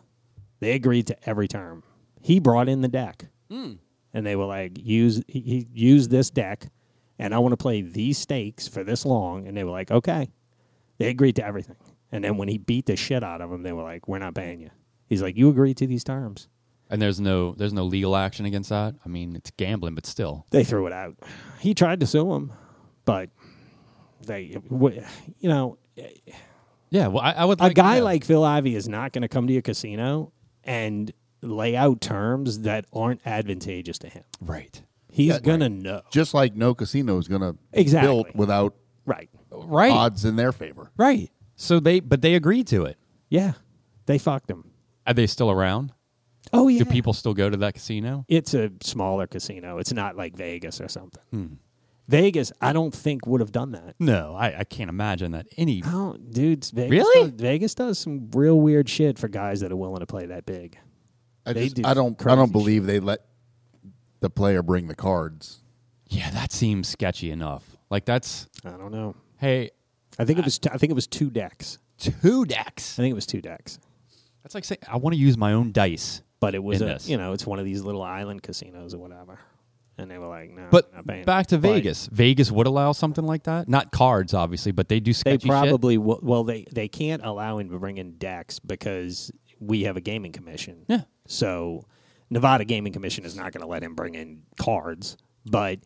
A: They agreed to every term. He brought in the deck, and they were like, "Use he, he use this deck, and I want to play these stakes for this long." And they were like, "Okay." They agreed to everything, and then when he beat the shit out of them, they were like, "We're not paying you." He's like, "You agreed to these terms."
B: And there's no there's no legal action against that. I mean, it's gambling, but still.
A: They threw it out. He tried to sue him, but they, w- you know,
B: Yeah. Well, I, I would
A: a
B: like
A: guy
B: yeah.
A: like Phil Ivey is not going to come to your casino and lay out terms that aren't advantageous to him.
B: right,
A: He's going to know.
D: Just like no casino is going to
A: Exactly.
D: built without
A: Right.
B: right,
D: odds in their favor.
B: right. So they but they agreed to it.
A: Yeah. They fucked him.
B: Are they still around?
A: Oh yeah.
B: Do people still go to that casino?
A: it's a smaller casino. It's not like Vegas or something. Vegas, I don't think would have done that.
B: No, I, I can't imagine that any.
A: I don't, dude. Vegas
B: Really?
A: Does, Vegas does some real weird shit for guys that are willing to play that big.
D: I,
A: They
D: just,
A: do
D: I don't. I
A: crazy
D: don't believe they let the player bring the cards.
B: Yeah, that seems sketchy enough. Like that's
A: I don't know.
B: hey,
A: I think it was. T- I think it was two decks.
B: two decks.
A: I think it was two decks.
B: That's like saying I want to use my own dice.
A: but it was
B: in
A: a,
B: this.
A: you know it's one of these little island casinos or whatever and they were like no
B: But
A: we're not paying
B: back to
A: it. But
B: Vegas. Vegas would allow something like that. Not cards, obviously, but they do
A: they
B: sketchy shit.
A: probably w- well they they can't allow him to bring in decks because we have a gaming commission
B: Yeah.
A: so nevada gaming commission is not going to let him bring in cards but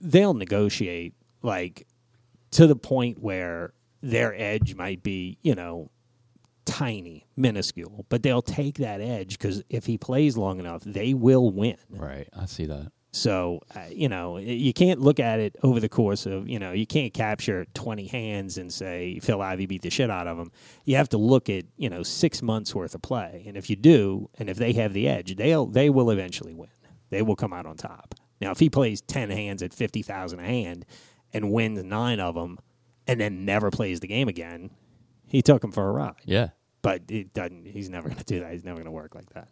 A: they'll negotiate like to the point where their edge might be you know tiny minuscule but they'll take that edge because if he plays long enough they will win
B: Right, I see that.
A: So, uh, you know, you can't look at it over the course of, you know, you can't capture 20 hands and say Phil Ivey beat the shit out of him. You have to look at, you know, six months worth of play. And if you do, and if they have the edge, they'll, they will eventually win. They will come out on top. Now, if he plays 10 hands at 50,000 a hand and wins nine of them and then never plays the game again, he took him for a ride.
B: Yeah.
A: But it doesn't. He's never going to do that. He's never going to work like that.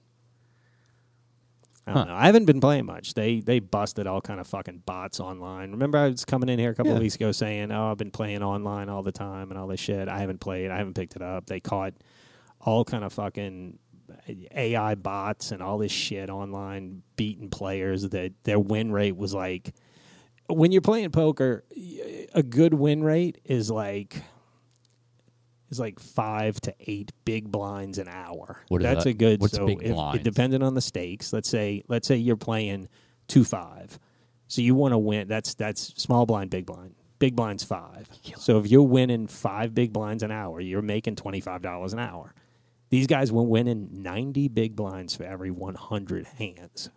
A: I don't know. I haven't been playing much. They they busted all kind of fucking bots online. Remember, I was coming in here a couple
B: Yeah.
A: of weeks ago saying, "Oh, I've been playing online all the time and all this shit." I haven't played. I haven't picked it up. They caught all kind of fucking AI bots and all this shit online beating players that their win rate was like when you're playing poker, y- a good win rate is like is like five to eight big blinds an hour.
B: What is
A: That's
B: that?
A: a good.
B: What's
A: so
B: big
A: if,
B: blinds?
A: It depending on the stakes. Let's say let's say you're playing two five, so you want to win. That's that's small blind, big blind. Big blind's five. So if you're winning five big blinds an hour, you're making twenty five dollars an hour. These guys were winning ninety big blinds for every one hundred hands.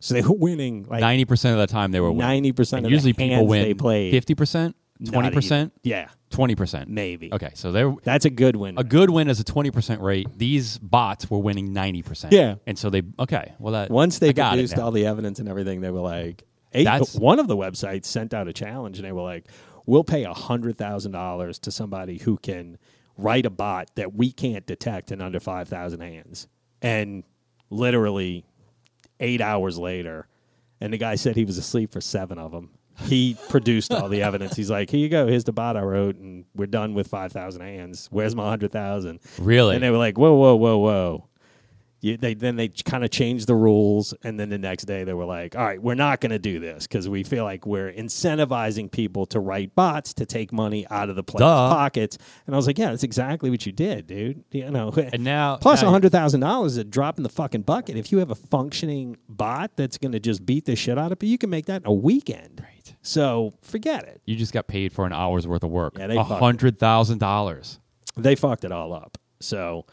A: So they were winning like
B: Ninety percent of the time they were winning.
A: 90%
B: And
A: of the
B: usually people
A: hands
B: win
A: they played.
B: fifty percent,
A: Not
B: twenty percent,
A: even- Yeah,
B: twenty percent.
A: maybe.
B: Okay, so they're
A: That's a good win.
B: a good win is a twenty percent rate. These bots were winning ninety percent.
A: Yeah.
B: and so they okay. Well, that
A: Once they
B: I got it
A: produced
B: now.
A: all the evidence and everything, they were like, eight,
B: That's-
A: one of the websites sent out a challenge and they were like, we'll pay $100,000 to somebody who can write a bot that we can't detect in under 5,000 hands. And literally eight hours later, and the guy said he was asleep for seven of them. He produced all the evidence. He's like, "Here you go. Here's the bot I wrote, and we're done with five thousand hands. Where's my hundred thousand?
B: Really?
A: And they were like, "Whoa, whoa, whoa, whoa." you, they then they kind of changed the rules and then the next day they were like all right we're not going to do this because we feel like we're incentivizing people to write bots to take money out of the players
B: Duh.
A: pockets and i was like yeah that's exactly what you did dude you know
B: And now-
A: plus
B: now-
A: $100000 is a drop in the fucking bucket if you have a functioning bot that's going to just beat the shit out of you you can make that in a weekend
B: Right.
A: so forget it
B: You just got paid for an hour's worth of work.
A: Yeah, they
B: a
A: fucked it.
B: hundred thousand dollars.
A: they fucked it all up. So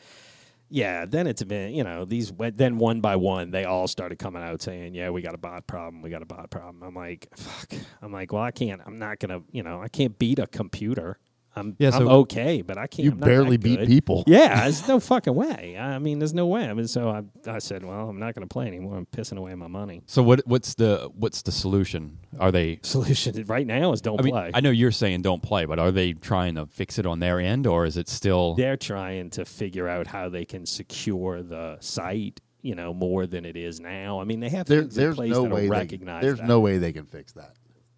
A: yeah, then it's been you know these we- then one by one they all started coming out saying yeah we got a bot problem we got a bot problem I'm like fuck I'm like well I can't I'm not gonna you know I can't beat a computer I'm
B: Yeah,
A: I'm
B: so-
A: okay but I can't
D: You
A: I'm not that
D: barely beat
A: good.
D: people.
A: yeah there's no fucking way I mean there's no way I mean so I I said well I'm not gonna play anymore I'm pissing away my money
B: So what what's the what's the solution? Are they
A: solution right now is don't
B: I mean,
A: play
B: I know you're saying don't play, but are they trying to fix it on their end, or is it still?
A: they're trying to figure out how they can secure the site you know more than it is now I mean they have
D: There,
A: things
D: there's
A: in place
D: no
A: that'll
D: way. They,
A: recognize
D: there's
A: that.
D: no way they can fix that.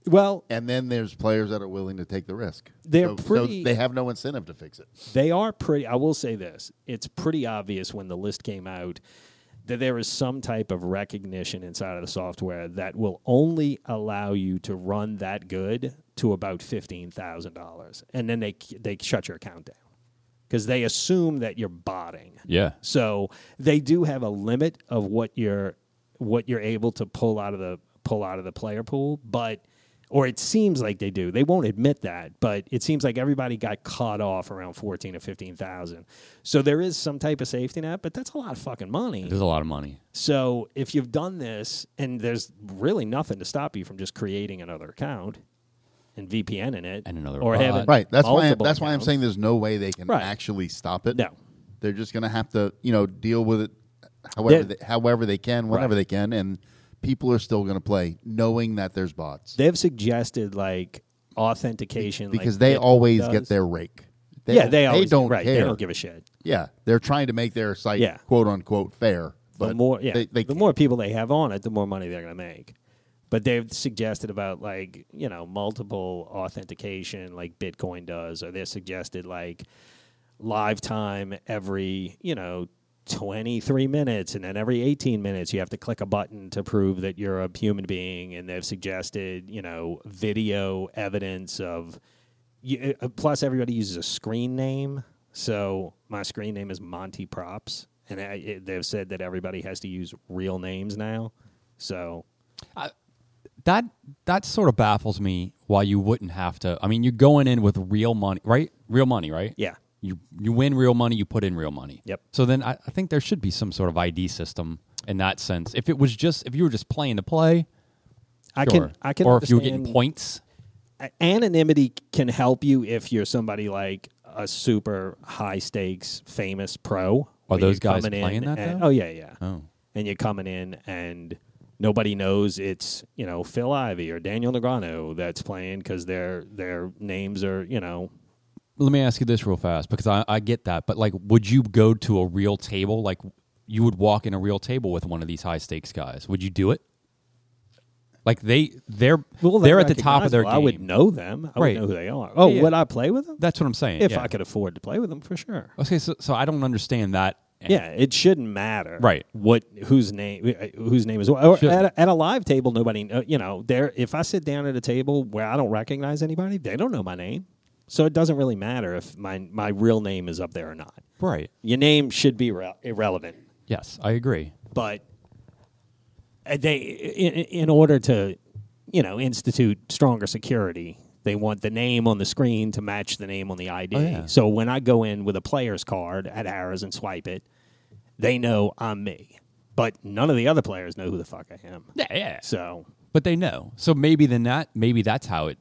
A: well
D: And then there's players that are willing to take the risk.
A: They're
D: So- so
A: pretty-
D: they have no incentive to fix it.
A: They are pretty. I will say this: it's pretty obvious when the list came out that there is some type of recognition inside of the software that will only allow you to run that good to about fifteen thousand dollars, and then they they shut your account down because they assume that you're botting.
B: Yeah.
A: So they do have a limit of what you're what you're able to pull out of the pull out of the player pool, but or it seems like they do. They won't admit that, but it seems like everybody got caught off around fourteen or fifteen thousand. So there is some type of safety net, but that's a lot of fucking money.
B: There's a lot of money.
A: So if you've done this, and there's really nothing to stop you from just creating another account and VPN in it,
B: And another
A: or
B: bot.
A: having
D: Right. That's why. I'm,
A: multiple
D: that's why I'm
A: accounts.
D: saying there's no way they can
A: Right.
D: actually stop it.
A: No.
D: They're just going to have to, you know, deal with it however
A: They're-
D: they, however they can, whenever
A: Right.
D: they can, and people are still going to play knowing that there's bots
A: they've suggested like authentication like
D: because they
A: Bitcoin
D: always get
A: does.
D: their rake.
A: yeah, they always
D: don't
A: right,
D: care.
A: They don't give a shit.
D: yeah, they're trying to make their site
A: Yeah.
D: quote unquote fair. But
A: the more, yeah,
D: they, they
A: the
D: can't.
A: more people they have on it, the more money they're going to make. But they've suggested about like you know multiple authentication, like Bitcoin does, or they've suggested like live time every you know. 23 minutes and then every 18 minutes you have to click a button to prove that you're a human being and they've suggested you know video evidence of you, uh, plus everybody uses a screen name so my screen name is monty props and I, it, they've said that everybody has to use real names now so
B: That that sort of baffles me. Why you wouldn't have to? I mean, you're going in with real money, right? Real money, right?
A: yeah
B: You you win real money, you put in real money.
A: Yep.
B: So then I, I think there should be some sort of ID system in that sense. If it was just if you were just playing to play,
A: i
B: sure.
A: can i can
B: or if you were getting
A: understand-
B: points.
A: a- anonymity can help you if you're somebody like a super high stakes famous pro. where
B: those
A: you're
B: guys
A: coming
B: playing
A: in
B: that,
A: and-
B: though?
A: oh yeah, yeah.
B: Oh.
A: And you're coming in and nobody knows it's you know Phil Ivey or Daniel Negreanu that's playing because their their names are you know
B: let me ask you this real fast because I, I get that, but like, would you go to a real table? Like, you would walk in a real table with one of these high stakes guys. Would you do it? Like they they're they're at the top of their
A: recognizable.
B: game.
A: I would know them. I
B: Right.
A: would know who they are. Oh,
B: Yeah, yeah.
A: would I play with them?
B: That's what I'm saying.
A: if
B: yeah.
A: I could afford to play with them, for sure.
B: Okay, so so I don't understand that.
A: Oh, Yeah, it shouldn't matter,
B: Right.
A: What whose name uh, whose name is what? Or
B: Shouldn't.
A: at a, at a live table, nobody kn- uh, you know. There, if I sit down at a table where I don't recognize anybody, they don't know my name, so it doesn't really matter if my my real name is up there or not.
B: Right.
A: Your name should be re- irrelevant,
B: Yes, I agree.
A: but uh, they in, in order to you know institute stronger security. They want the name on the screen to match the name on the ID.
B: Oh, yeah.
A: So when I go in with a player's card at Harris and swipe it, they know I'm me. But none of the other players know who the fuck I am.
B: Yeah, yeah.
A: So
B: But they know. So maybe then that maybe that's how it.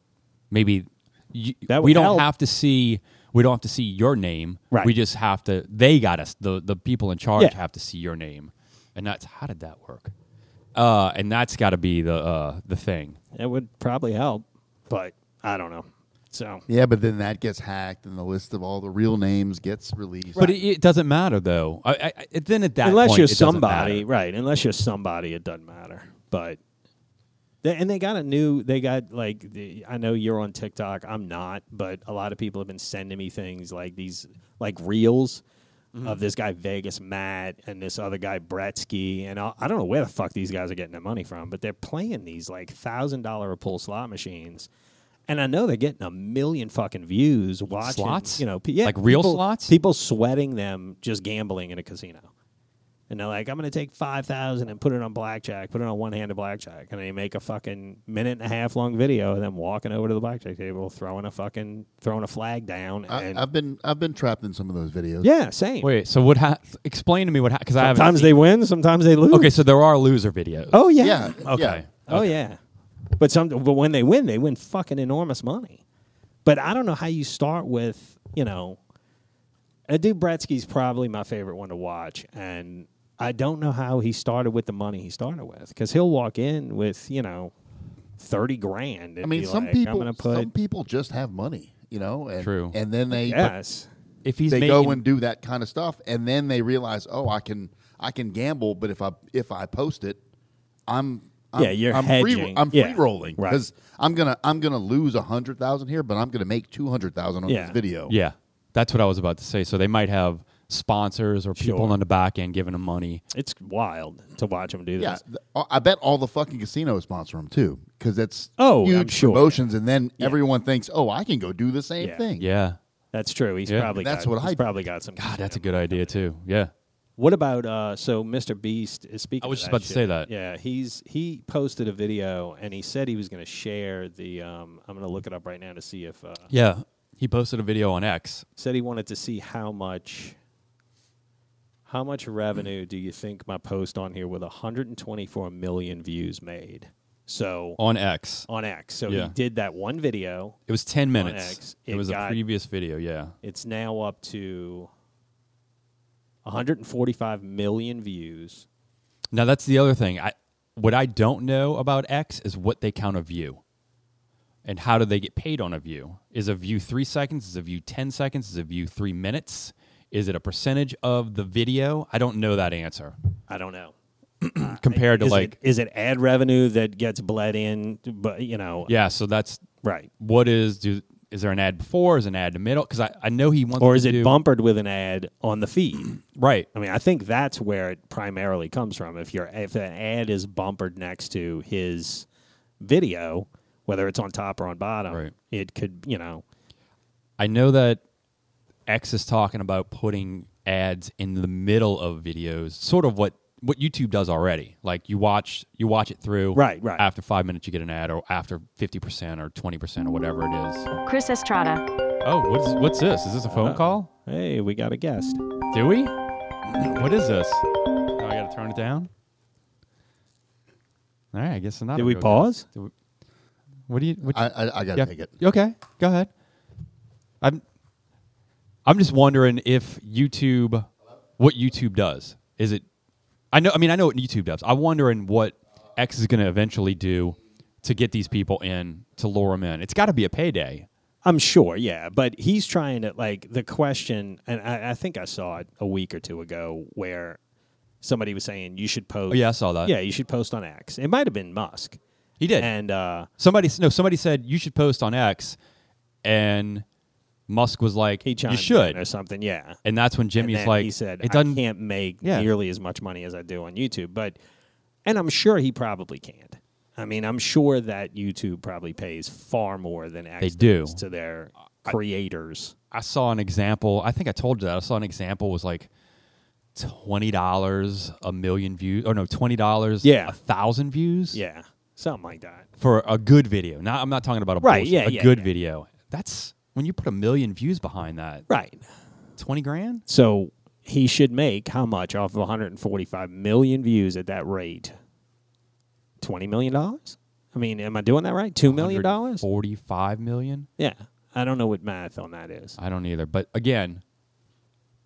B: Maybe you,
A: That
B: we
A: would
B: don't
A: help.
B: have to see. We don't have to see your name.
A: Right.
B: We just have to. They got us. The the people in charge
A: Yeah.
B: have to see your name, and that's how did that work? Uh, and that's got to be the uh the thing.
A: it would probably help, but I don't know. So
D: Yeah, but then that gets hacked, and the list of all the real names gets released.
B: But it, it doesn't matter though. I, I, I- then at that
A: unless
B: point,
A: you're
B: it doesn't
A: somebody,
B: matter.
A: right? Unless you're somebody, it doesn't matter. But they, and they got a new. They got like the, I know you're on TikTok. I'm not, but a lot of people have been sending me things like these, like reels. Of this guy Vegas Matt and this other guy Bretsky and I, I don't know where the fuck these guys are getting their money from, but they're playing these like thousand dollar a pull slot machines, and I know they're getting a million fucking views watching
B: Slots?
A: You know, pe- yeah,
B: Like real
A: people-
B: slots?
A: People sweating them just gambling in a casino and they're like, I'm going to take 5,000 and put it on blackjack, put it on one hand of blackjack. And they make a fucking minute and a half long video of them walking over to the blackjack table, throwing a fucking, throwing a flag down.
D: I,
A: And
D: I've been I've been trapped in some of those videos.
A: yeah, same.
B: Wait, so what? Ha- explain to me what happened because I haven't.
A: sometimes
B: seen-
A: they win, sometimes they lose.
B: Okay, so there are loser videos.
A: Oh, yeah.
D: Yeah.
B: okay.
D: yeah.
A: Oh, yeah. But some, but when they win, they win fucking enormous money. But I don't know how you start with, you know, I do Bratsky's probably my favorite one to watch, and I don't know how he started with the money he started with because he'll walk in with you know thirty grand. And
D: I mean,
A: be
D: some
A: like, I'm
D: people
A: gonna put
D: some people just have money, you know, and
B: True.
D: and then they
A: yes,
B: If he's
D: they
B: making,
D: go and do that kind of stuff, and then they realize, oh, I can I can gamble, but if I if I post it, I'm, I'm
A: Yeah, you're
D: I'm free,
A: hedging.
D: I'm
A: Yeah.
D: free rolling
A: Right.
D: because I'm gonna I'm gonna lose a hundred thousand here, but I'm gonna make two hundred thousand on
A: Yeah.
D: this video.
B: yeah, that's what I was about to say. So they might have sponsors or people
A: Sure.
B: on the back end giving them money.
A: it's wild to watch him do
D: Yeah,
A: this.
D: th- I bet all the fucking casinos sponsor them too, because it's
A: Oh,
D: huge
A: I'm sure.
D: promotions, and then everyone thinks, "Oh, I can go do the same
A: Yeah.
D: thing."
B: Yeah,
A: That's true. He's
B: Yeah.
A: probably
D: That's
A: got,
D: what
A: he's
D: I-
A: probably got some.
B: God, that's a good idea too. Yeah,
A: What about uh, so Mr. Beast is speaking?
B: I was
A: of
B: just about to say
A: shit.
B: that.
A: Yeah, he's he posted a video and he said he was going to share the. Um, I'm going to look it up right now to see if uh,
B: yeah. He posted a video on X.
A: said he wanted to see how much. How much revenue do you think my post on here with 124 million views made? So
B: On X,
A: on X, so
B: Yeah.
A: he did that one video.
B: it was ten minutes.
A: X,
B: it,
A: it
B: was a
A: got-
B: previous video. Yeah,
A: It's now up to 145 million views.
B: Now that's the other thing. I what I don't know about X is what they count a view. And how do they get paid on a view? Is a view three seconds? Is a view ten seconds? Is a view three minutes? Is it a percentage of the video? I don't know that answer.
A: I don't know.
B: Compared to
A: is
B: like
A: it, is it ad revenue that gets bled in but you know
B: Yeah, so that's
A: right
B: what is do is there an ad before? Is an ad in the middle? Because I, I know he wants
A: or
B: to
A: is it
B: do-
A: bumpered with an ad on the feed
B: right.
A: i mean i think that's where it primarily comes from if you're if an ad is bumpered next to his video whether it's on top or on bottom
B: Right.
A: it could you know
B: I know that X is talking about putting ads in the middle of videos, sort of what what YouTube does already. Like you watch you watch it through,
A: Right, right.
B: After five minutes, you get an ad, or after fifty percent, or twenty percent, or whatever it is.
F: Chris Estrada.
B: Oh, what's what's this? Is this a phone
A: Uh-huh.
B: call?
A: hey we got a guest
B: Do we? What is this? Oh, I gotta turn it down. All right, I guess not.
A: Did
B: a
A: we
B: real
A: pause?
B: guest. Did we- what do you? What
D: I I, I gotta
B: yeah.
D: take it.
B: Okay, go ahead. I'm I'm just wondering if YouTube what YouTube does. Is it I know I mean I know what YouTube does. I'm wondering what X is going to eventually do to get these people in to lure them in. It's got to be a payday.
A: i'm sure yeah but he's trying to like the question and i, I think i saw it a week or two ago where somebody was saying you should post
B: Oh yeah, I saw that.
A: yeah you should post on x it might have been musk
B: He did.
A: and uh
B: somebody no somebody said you should post on X and Musk was like
A: he
B: you
A: chimed
B: should.
A: in or something. Yeah,
B: And that's when
A: and
B: Jimmy's
A: then
B: like
A: he said,
B: it doesn't
A: I can't make
B: Yeah.
A: nearly as much money as I do on YouTube, but and I'm sure he probably can't. I mean, I'm sure that YouTube probably pays far more than X
B: They
A: does
B: do.
A: to their creators.
B: I saw an example. I think I told you that. I saw an example was like twenty dollars a million views, or no, twenty dollars,
A: Yeah.
B: a thousand views,
A: yeah, something like that.
B: for a good video. Not, I'm not talking about a
A: Right,
B: bullshit,
A: yeah,
B: a
A: yeah,
B: good
A: yeah.
B: video. That's when you put a million views behind that,
A: Right.
B: twenty grand.
A: So he should make how much off of 145 million views at that rate? Twenty million dollars. I mean, am I doing that right? Two million dollars?
B: forty-five million.
A: Yeah. I don't know what math on that is.
B: I don't either. But again,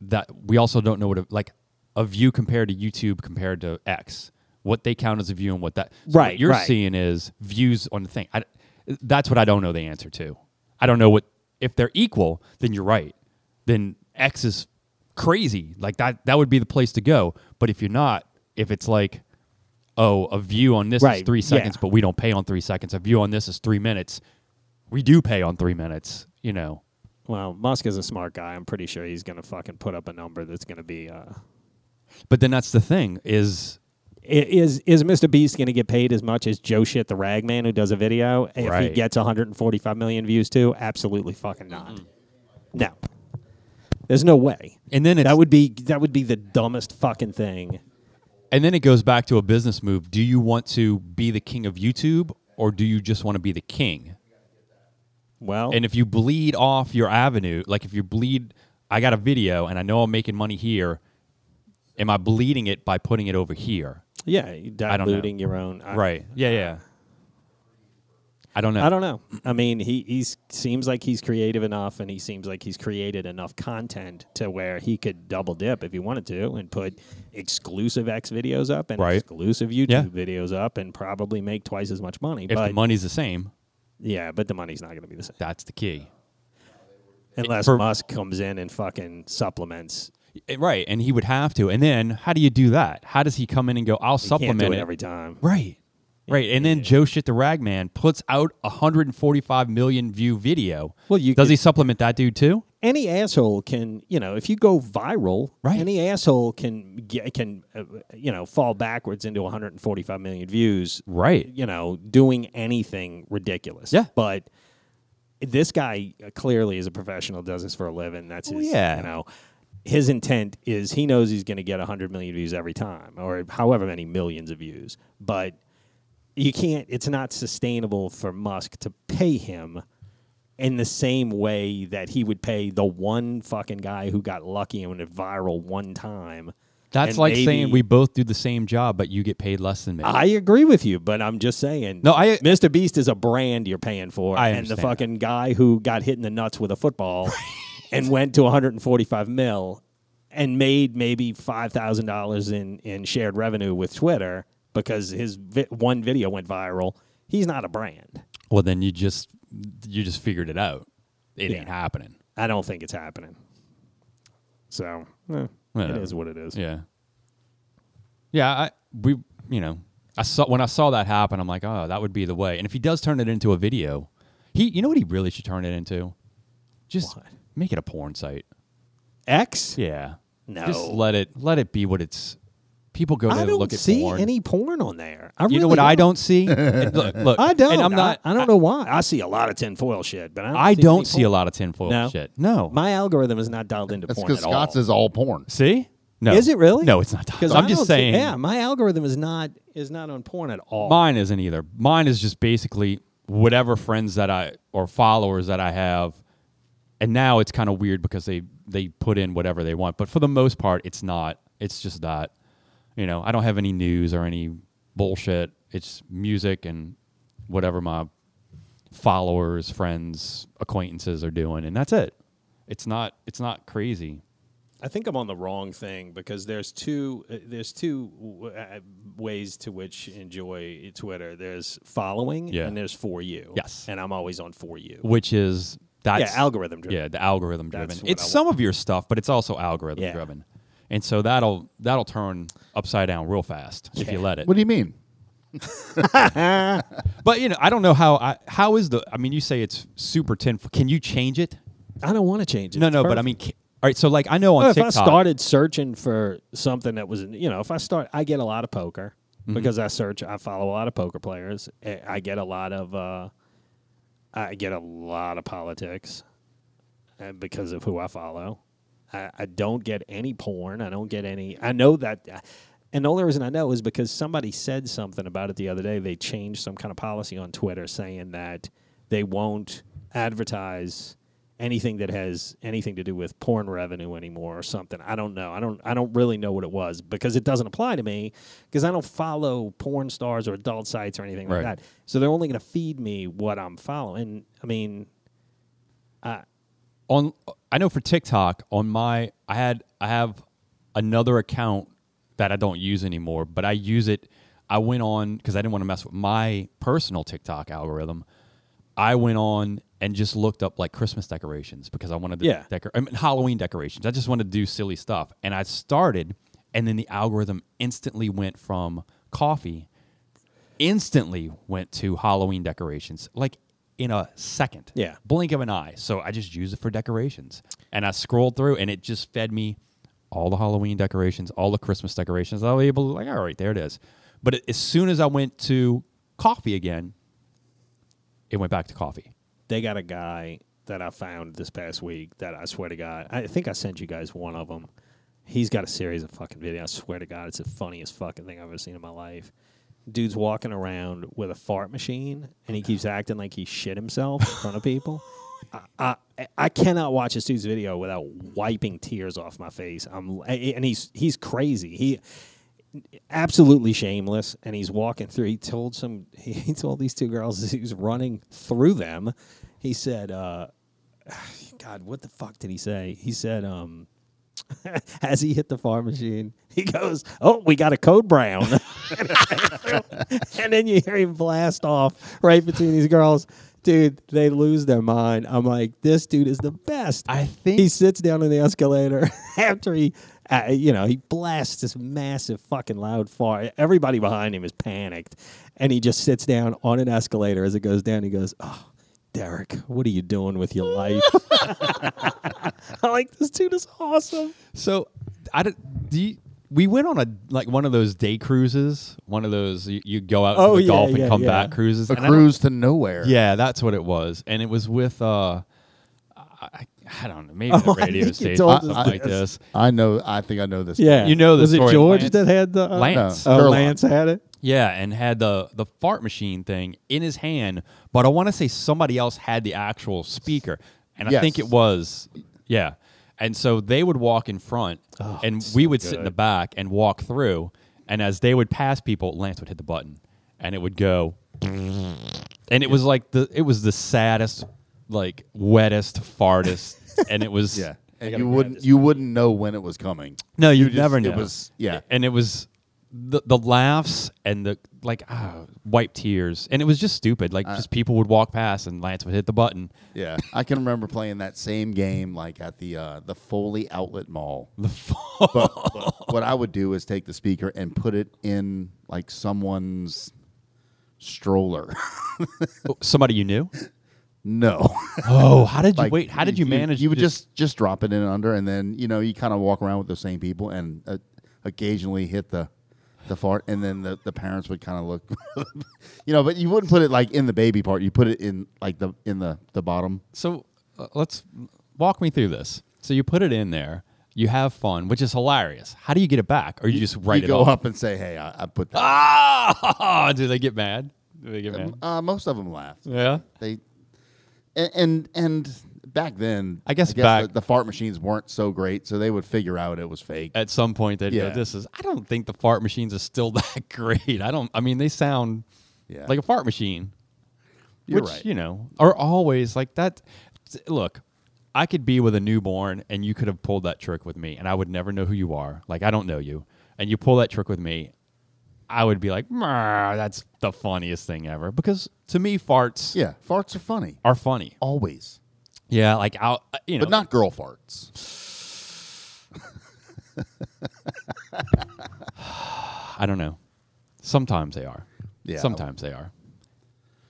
B: that we also don't know what a, like a view compared to YouTube compared to X. What they count as a view and what that so
A: Right,
B: What you're
A: right.
B: seeing is views on the thing. I, that's what I don't know the answer to. I don't know what if they're equal. Then you're right. Then X is crazy. Like that. That would be the place to go. But if you're not, if it's like, oh, a view on this is
A: Right,
B: three
A: yeah.
B: seconds, but we don't pay on three seconds. A view on this is three minutes. We do pay on three minutes. You know.
A: Well, Musk is a smart guy. I'm pretty sure he's going to fucking put up a number that's going to be. Uh,
B: But then that's the thing is
A: i- is is Mr. Beast going to get paid as much as Joe Shit the Ragman who does a video if
B: Right.
A: he gets 145 million views too? Absolutely fucking not. No, there's no way.
B: and then it's
A: That would be that would be the dumbest fucking thing.
B: And then it goes back to a business move. Do you want to be the king of YouTube or do you just want to be the king?
A: Well,
B: And if you bleed off your avenue, like if you bleed, I got a video and I know I'm making money here, am I bleeding it by putting it over here?
A: yeah,
B: know.
A: diluting your own. I-
B: right. Yeah, yeah. I don't know.
A: I don't know. I mean, he he's seems like he's creative enough, and he seems like he's created enough content to where he could double dip if he wanted to, and put exclusive X videos up and
B: Right.
A: exclusive YouTube
B: Yeah.
A: videos up, and probably make twice as much money.
B: if
A: but
B: the money's the same,
A: yeah, but the money's not going to be the same
B: that's the key.
A: unless
B: for-
A: Musk comes in and fucking supplements.
B: Eh, Right. And he would have to. And then how do you do that? How does he come in and go, I'll
A: He
B: supplement
A: can't do it,
B: it
A: every time.
B: Right. Right. And then Joe Shit the Ragman puts out a 145 million view video.
A: Well, you
B: Does
A: could-
B: he supplement that dude too?
A: any asshole can you know if you go viral
B: Right.
A: any asshole can get, can uh, you know fall backwards into 145 million views
B: Right.
A: you know doing anything ridiculous
B: Yeah.
A: but this guy uh, clearly is a professional does this for a living that's his
B: Oh, yeah.
A: you know his intent is he knows he's going to get 100 million views every time or however many millions of views but you can't it's not sustainable for musk to pay him in the same way that he would pay the one fucking guy who got lucky and went viral one time
B: That's
A: And
B: like
A: maybe-
B: saying we both do the same job, but you get paid less than me.
A: I agree with you, but I'm just saying.
B: No, I-
A: Mr. Beast is a brand you're paying for,
B: I
A: and the
B: understand
A: fucking guy who got hit in the nuts with a football and went to 145 mil and made maybe five thousand dollars in in shared revenue with Twitter because his vi- one video went viral. He's not a brand.
B: well, then you just you just figured it out. It
A: Yeah.
B: ain't happening.
A: I don't think it's happening. So eh, it
B: Whatever.
A: is what it is.
B: Yeah. Yeah, I we you know, I saw when I saw that happen, I'm like, "Oh, that would be the way." And if he does turn it into a video, he you know what he really should turn it into? Just
A: What?
B: make it a porn site.
A: X.
B: Yeah.
A: No.
B: Just let it let it be what it's. People go to
A: I
B: look
A: don't
B: at
A: see
B: porn.
A: any porn on there. I
B: you
A: really
B: know what I
A: don't.
B: don't see? And look, look.
A: I don't.
B: And I'm not.
A: I, I don't know why. I see a lot of tinfoil shit, but I don't,
B: I
A: see,
B: don't
A: any
B: see a
A: porn.
B: lot of tinfoil
A: No.
B: shit. No.
A: My algorithm is not dialed into
D: That's
A: porn
D: because
A: at
D: Scott's
A: all.
D: is all porn.
B: see? No.
A: Is it really?
B: No, it's not.
A: Because
B: I'm
A: I
B: just
A: don't see-
B: saying.
A: yeah, my algorithm is not is not on porn at all.
B: Mine isn't either. Mine is just basically whatever friends that I or followers that I have, and now it's kind of weird because they they put in whatever they want. But for the most part, it's not. It's just that, you know, I don't have any news or any bullshit. It's music and whatever my followers, friends, acquaintances are doing, and that's it. It's not. It's not crazy.
A: I think I'm on the wrong thing because there's two uh, there's two w- uh, ways to which enjoy Twitter. There's following
B: Yeah.
A: and there's for you.
B: Yes.
A: and I'm always on for you.
B: Which is that's
A: yeah, algorithm driven.
B: Yeah, the algorithm driven.
A: That's what
B: It's
A: I
B: some of your stuff, but it's also algorithm
A: Yeah.
B: driven. And so that'll that'll turn upside down real fast if you
A: Yeah.
B: let it.
D: What do you mean?
B: But you know, I don't know how I how is the I mean, you say it's super tin. Can you change it?
A: I don't want to change it.
B: No,
A: It's
B: no, but I
A: perfect.
B: mean, ca- all right. So like I know on
A: Well, if
B: TikTok,
A: I started searching for something that was, you know, if I start, I get a lot of poker
B: Mm-hmm.
A: because I search, I follow a lot of poker players. I I get a lot of, uh, I get a lot of politics uh, because of who I follow. I, I don't get any porn. I don't get any. I know that. uh, And the only reason I know is because somebody said something about it the other day. They changed some kind of policy on Twitter saying that they won't advertise anything that has anything to do with porn revenue anymore or something. I don't know. I don't I don't really know what it was because it doesn't apply to me because I don't follow porn stars or adult sites or anything
B: Right.
A: like that. So they're only going to feed me what I'm following. I mean,
B: on I know for TikTok on my I had I have another account that I don't use anymore, but I use it. I went on because I didn't want to mess with my personal TikTok algorithm. I went on and just looked up like Christmas decorations because I wanted to
A: Yeah.
B: decor- I mean, Halloween decorations. I just wanted to do silly stuff, and I started, and then the algorithm instantly went from coffee, instantly went to Halloween decorations, like in a second
A: Yeah.
B: blink of an eye. So I just use it for decorations. And I scrolled through and it just fed me all the Halloween decorations, all the Christmas decorations. I was able to like, all right, there it is. But it- as soon as I went to coffee again, it went back to coffee.
A: they got a guy that I found this past week that I swear to God, I think I sent you guys one of them. He's got a series of fucking videos. I swear to God, it's the funniest fucking thing I've ever seen in my life. Dude's walking around with a fart machine, and he keeps acting like he shit himself in front of people. I, I I cannot watch this dude's video without wiping tears off my face. I'm and he's he's crazy. He absolutely shameless and he's walking through he told some he told these two girls as he was running through them he said uh god what the fuck did he say he said um as he hit the farm machine he goes oh we got a code brown and then you hear him blast off right between these girls dude they lose their mind i'm like this dude is the best
B: I think-
A: he sits down on the escalator after he uh, you know he blasts this massive fucking loud fart everybody behind him is panicked and he just sits down on an escalator as it goes down he goes oh derek what are you doing with your life i'm like this dude is awesome
B: So, I did, do you, we went on a like one of those day cruises, one of those you, you go out
A: Oh,
B: to the
A: yeah,
B: golf and
A: yeah,
B: come
A: yeah.
B: back cruises.
D: A
B: And I don't-
D: cruise to nowhere.
B: Yeah, that's what it was, and it was with uh, I, I- I don't know, maybe
A: Oh,
B: the
A: I
B: radio
A: think you
B: station,
A: told
B: something
D: us
B: like
A: this.
B: this.
D: I know. I think I know this.
A: yeah
B: You know the
A: was it
B: story,
A: george
B: Lance?
A: that had the uh,
B: Lance,
D: No.
A: oh,
D: Sherlock.
A: lance had it
B: yeah, and had the the fart machine thing in his hand, but I want to say somebody else had the actual speaker, and I think
D: Yes.
B: it was yeah. And so they would walk in front,
D: Oh,
B: and we would sit in the back and walk through. And as they would pass people, Lance would hit the button, and it would go. And it was like the it was the saddest, like wettest, fartest, and it was
D: Yeah. And you wouldn't you wouldn't know when it was coming.
B: No, you
D: just-
B: never know.
D: It was yeah.
B: and it was the the laughs and the like ah, wipe tears, and it was just stupid.
D: Uh,
B: Like just people would walk past, and Lance would hit the button.
D: Yeah, I can remember playing that same game like at the uh, the Foley Outlet Mall. The but, but what I would do is take the speaker and put it in like someone's stroller.
B: Oh, Somebody you knew?
D: no,
B: Oh, how did you
D: Like,
B: wait? How did you, manage?
D: You would
B: to-
D: just just drop it in under, and then you know you kind of walk around with those same people, and uh, occasionally hit the the fart, and then the, the parents would kind of look, you know, but you wouldn't put it like in the baby part. You put it in like the in the the bottom.
B: so uh, let's walk me through this. So you put it in there. You have fun, which is hilarious. How do you get it back? Or you, just write
D: you
B: it
D: go
B: off?
D: up and say, "Hey, I, I put that."
B: Ah! Do they get mad? Do they get mad?
D: Uh, most of them laughed.
B: Yeah.
D: They a- and and back then,
B: I guess
D: the,
B: back-
D: the fart machines weren't so great, so they would figure out it was fake.
B: at some point they'd
D: Yeah.
B: go, "This is." I don't think the fart machines are still that great. I don't. I mean, they sound
D: Yeah.
B: like a fart machine,
D: You're
B: which
D: right.
B: you know are always like that. Look, I could be with a newborn, and you could have pulled that trick with me, and I would never know who you are. Like I don't know you, and you pull that trick with me, I would be like, "Mrr, "That's the funniest thing ever," because to me, farts
D: yeah, farts are funny
B: are funny.
D: always,
B: Yeah, like I'll, you know,
D: but not girl farts.
B: I don't know. Sometimes they are.
D: Yeah.
B: Sometimes they are.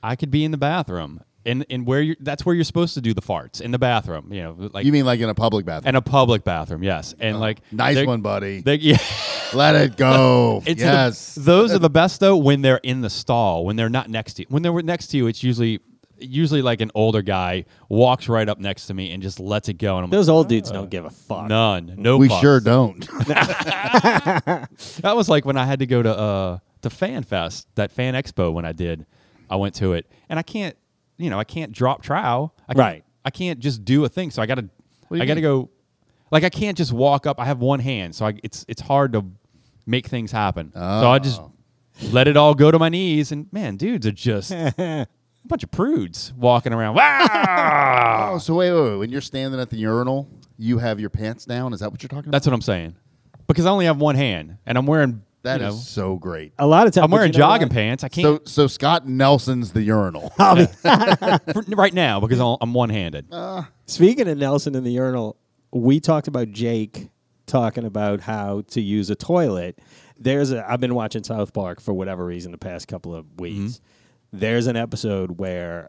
B: I could be in the bathroom, and and where you that's where you're supposed to do the farts in the bathroom. You know, like
D: You mean like in a public bathroom?
B: and a public bathroom, yes, and like
D: nice
B: they're-
D: one, budty.
B: They, yeah,
D: Let it go.
B: it's the-
D: yes.
B: those are the best though when they're in the stall, when they're not next to you. When they're next to you, it's usually usually like an older guy walks right up next to me and just lets it go, and I'm
A: those old dudes don't give a fuck
B: like, none, no.
D: we
B: fucks."
D: sure don't.
B: That was like when I had to go to uh to Fan Fest, that Fan Expo when I did. I went to it, and I can't, you know, I can't drop trowel. I can't,
A: Right.
B: I can't just do a thing, so I gotta,
D: What do you
B: I gotta
D: mean?
B: go. Like I can't just walk up. I have one hand, so I, it's it's hard to make things happen. So I
D: Oh.
B: just let it all go to my knees, and man, dudes are just a bunch of prudes walking around. Wow,
D: oh, so wait, wait, wait. When you're standing at the urinal, you have your pants down. Is that what you're talking
B: that's what I'm saying, because I only have one hand, and I'm wearing
D: about? That
B: you
D: is
B: know,
D: so great.
A: a lot of times
B: I'm wearing
A: you know what?
B: jogging pants. I can't.
D: So so Scott Nelson's the urinal.
B: for, right now because I'll- I'm one handed.
A: Speaking of Nelson in the urinal, we talked about Jake talking about how to use a toilet. There's a I've been watching
B: Mm-hmm.
A: South Park for whatever reason the past couple of weeks. There's an episode where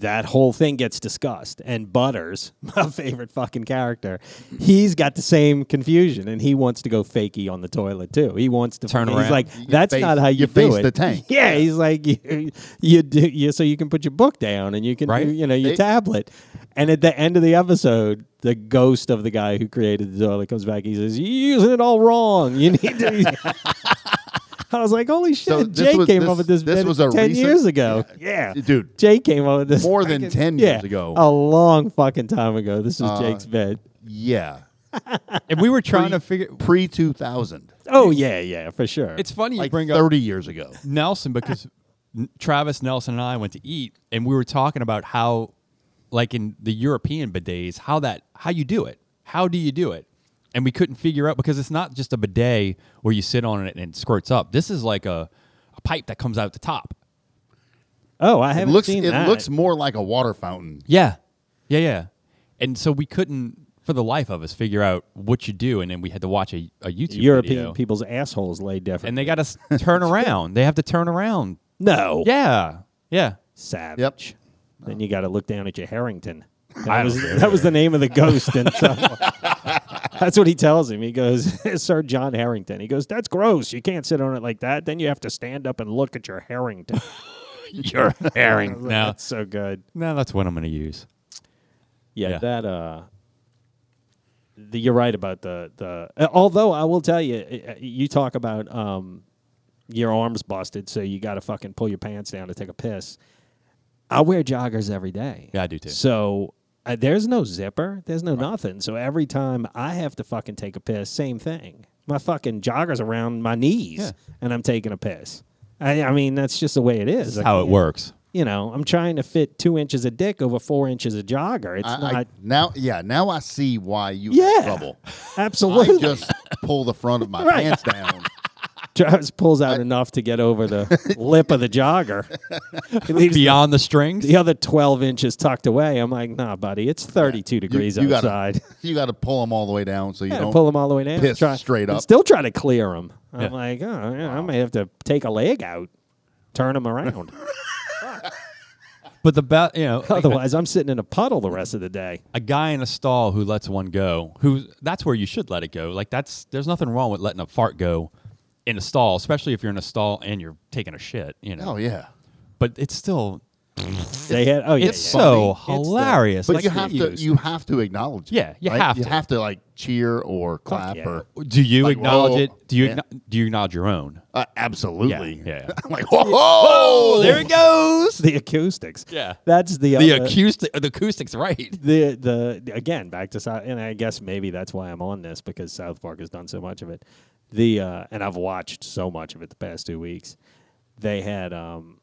A: that whole thing gets discussed. And Butters, my favorite fucking character, he's got the same confusion, and he wants to go fakey on the toilet too. He wants to
B: Turn
A: he's
B: around.
A: like,
D: You
A: that's
D: face-
A: not how you,
D: you
A: do
D: face
A: it.
D: the tank.
A: Yeah, he's like, you, you do, you, so you can put your book down and you can,
B: Right.
A: do, you know, your
D: They-
A: tablet. And at the end of the episode, the ghost of the guy who created the toilet comes back. He says, "You're using it all wrong. You need to." I was like, "Holy shit!"
D: So this
A: Jay
D: was-
A: came
D: this-
A: up with this.
D: this
A: bit
D: was a
A: ten
D: recent-
A: years ago. Yeah.
D: dude.
A: Jay came up with this
D: More than
A: fucking-
D: 10
A: yeah,
D: years ago. Uh,
A: A long fucking time ago. This was Jake's bed.
D: Yeah,
B: If we were trying to figure,
D: pre two thousand,
A: Oh yeah, yeah, for sure.
B: it's funny you
D: like
B: bring up
D: thirty years ago.
B: Nelson because N- Travis Nelson and I went to eat, and we were talking about how, like in the European bidets, how that how you do it, how do you do it, and we couldn't figure out because it's not just a bidet where you sit on it and it squirts up. This is like a, a pipe that comes out the top.
A: oh, I
D: It
A: haven't
D: looks
A: seen
D: it
A: that.
D: looks more like a water fountain.
B: Yeah, yeah, yeah. And so we couldn't, for the life of us, figure out what you do, and then we had to watch a, a YouTube
A: European
B: video.
A: people's assholes lay different.
B: and they got to s- turn around. They have to turn around.
A: no,
B: Yeah, yeah.
A: savage.
D: Yep.
A: Then you got to look down at your Harrington. That was, that was the name of the ghost. And so, that's what he tells him. He goes, Sir John Harrington. He goes, That's gross. You can't sit on it like that. Then you have to stand up and look at your Harrington.
B: You're
A: I was
B: herring.
A: like,
B: No,
A: That's so good.
B: no, that's what I'm going to use.
A: yeah,
B: Yeah.
A: that uh the, you're right about the the uh, although i will tell you uh, uh, you talk about um your arms busted so you gotta fucking pull your pants down to take a piss i wear joggers every day
B: Yeah, I do too.
A: so uh, there's no zipper there's no nothing so every time i have to fucking take a piss same thing my fucking joggers around my knees
B: Yeah.
A: and i'm taking a piss I, I mean that's just the way it is
B: That's how it
A: can't-
B: works.
A: you know i'm trying to fit two inches of dick over four inches of jogger it's
D: I,
A: not
D: I, now, yeah, now I see why you
A: Yeah.
D: have trouble. I
A: Absolutely.
D: just pull the front of my
A: Right.
D: pants down.
A: Travis pulls out enough to get over the lip of the jogger. He leaves
B: Beyond the strings.
A: the other 12 inches tucked away. I'm like, nah, buddy, it's 32 degrees
D: you gotta-
A: outside.
D: You got to pull them all the way down so you
A: Yeah,
D: don't.
A: pull them all the way down.
D: piss
A: try,
D: straight
A: and
D: up.
A: Still try to clear them. I'm
B: Yeah.
A: like, oh, yeah, I may have to take a leg out, turn them around.
B: But the best, you know, a,
A: Otherwise, I'm sitting in a puddle the rest of the day.
B: a guy in a stall who lets one go, who that's where you should let it go. Like that's there's nothing wrong with letting a fart go in a stall, especially if you're in a stall and you're taking a shit. You know.
D: oh yeah,
B: But it's still
A: They had, oh, yeah.
B: it's
A: yeah.
B: so
D: funny. It's the-
B: hilarious.
D: but
B: Like,
D: you have to you have to acknowledge. it,
B: Yeah, you
D: right?
B: have
D: You
B: to.
D: have to like cheer or clap
A: yeah.
D: or
B: Do you
D: Like,
B: acknowledge
D: whoa.
B: it? Do you
D: Yeah.
B: acknow- do you acknowledge your own?
D: uh, absolutely.
B: yeah, yeah.
D: I'm like, whoa,
B: there it goes.
A: The acoustics.
B: Yeah.
A: That's the
B: The
A: other-
B: acoustic, the acoustics, right?
A: the the again back to South, and I guess maybe that's why I'm on this because South Park has done so much of it. The uh, and I've watched so much of it the past two weeks. They had um,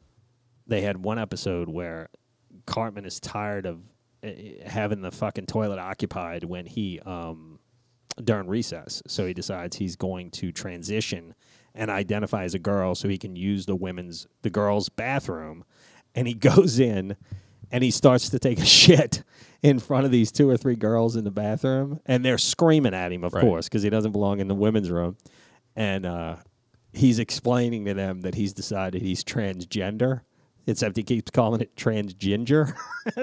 A: they had one episode where Cartman is tired of uh, having the fucking toilet occupied when he um, during recess, so he decides he's going to transition and identify as a girl so he can use the women's the girls' bathroom, and he goes in and he starts to take a shit in front of these two or three girls in the bathroom, and they're screaming at him, of
B: Right.
A: course, because he doesn't belong in the women's room, and uh, he's explaining to them that he's decided he's transgender. Except he keeps calling it transginger.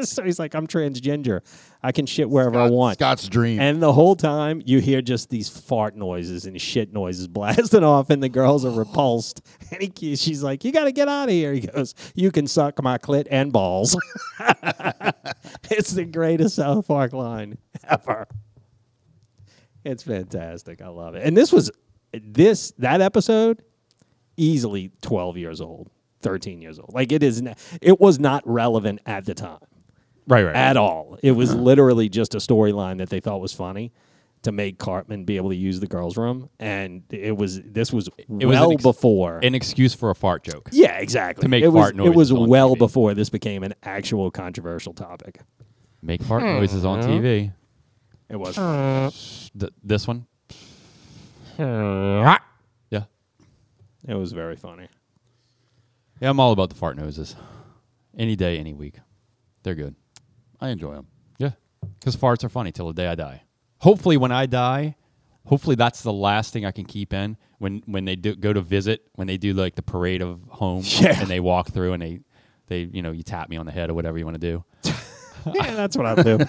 A: so he's like, I'm transginger. I can shit wherever I want.
D: Scott's dream.
A: And the whole time you hear just these fart noises and shit noises blasting off, and the girls are repulsed. And he, ke- she's like, "You got to get out of here." He goes, "You can suck my clit and balls." it's the greatest South Park line ever. It's fantastic. I love it. And this was this that episode easily 12 years old, 13 years old. Like it is n- it was not relevant at the time
B: Right, Uh-huh. right.
A: at all. It was literally just a storyline that they thought was funny to make Cartman be able to use the girls' room, and it was this was
B: an
A: well
B: ex-
A: before.
B: An excuse for a fart joke.
A: yeah, exactly.
B: to make
A: it
B: fart
A: was, It was
B: noises on
A: well
B: TV.
A: before this became an actual controversial topic.
B: Make fart noises on TV.
A: It was.
B: Th- this one. Yeah.
A: It was very funny.
B: Yeah, I'm all about the fart noses. Any day, any week. They're good.
D: I enjoy them.
B: Yeah. Because farts are funny till the day I die. Hopefully, when I die, hopefully that's the last thing I can keep in. When when they do go to visit, when they do like the parade of home
A: Yeah.
B: and they walk through and they they you know you tap me on the head or whatever you want to do.
A: yeah, that's what I'll do.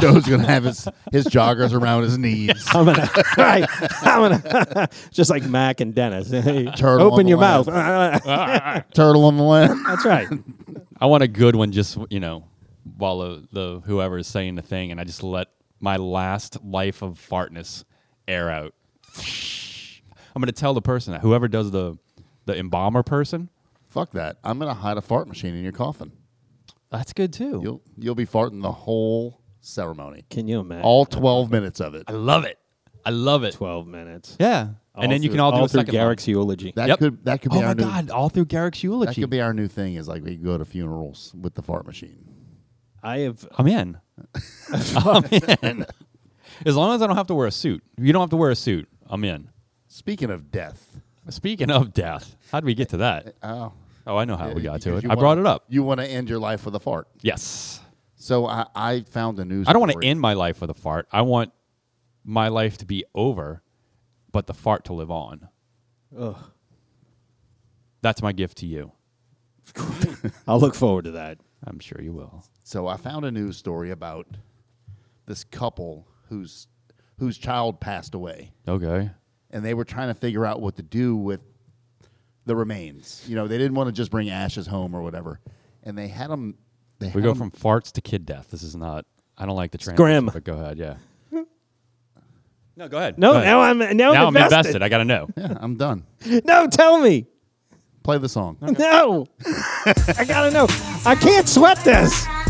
D: Joe's gonna have his his joggers around his knees.
A: I'm gonna, right, I'm gonna, just like Mac and Dennis.
D: Turtle on
A: Open
D: the
A: your
D: left.
A: mouth. that's
D: Turtle on the land.
A: right.
B: I want a good one, just you know, while the, the whoever is saying the thing, and I just let my last life of fartness air out. I'm gonna tell the person that whoever does the the embalmer person,
D: Fuck that. I'm gonna hide a fart machine in your coffin.
B: that's good too.
D: You'll you'll be farting the whole ceremony.
A: Can you imagine?
D: All twelve minutes of it.
B: I love it. I love it.
A: twelve minutes.
B: Yeah, and then you
A: through-
B: can all, do a
A: through
B: second one.
A: Garrick's eulogy.
D: That
B: Yep.
D: could that could be
B: Oh
D: our
B: my
D: new
B: god! All through Garrick's
D: that
B: eulogy.
D: could be our new thing is like we go to funerals with the fart machine.
A: I have.
B: I'm in. I'm in. As long as I don't have to wear a suit. If you don't have to wear a suit, I'm in.
D: Speaking of death.
B: Speaking of death, how did we get to that?
D: Oh.
B: Oh, I know how we got to
D: because
B: it.
D: you
B: I brought
D: wanna-
B: it up.
D: You want to end your life with a fart.
B: Yes.
D: So I, I found a news.
B: I don't want to
D: story.
B: end my life with a fart. I want my life to be over, but the fart to live on.
A: Ugh.
B: That's my gift to you.
A: I'll look forward to that.
B: I'm sure you will.
D: So I found a news story about this couple whose whose child passed away,
B: Okay.
D: and they were trying to figure out what to do with the remains. You know, they didn't want to just bring ashes home or whatever, and they had them. They
B: We
D: had
B: go
D: 'em-
B: from farts to kid death. This is not. I don't like the transition.
A: grim.
B: But go ahead. Yeah. no, go ahead.
A: No,
B: Go ahead.
A: now I'm now,
B: now
A: I'm
B: I'm
A: invested.
B: invested. I gotta know.
D: Yeah, I'm done.
A: No, tell me.
D: Play the song.
A: No, I gotta know. I can't sweat this.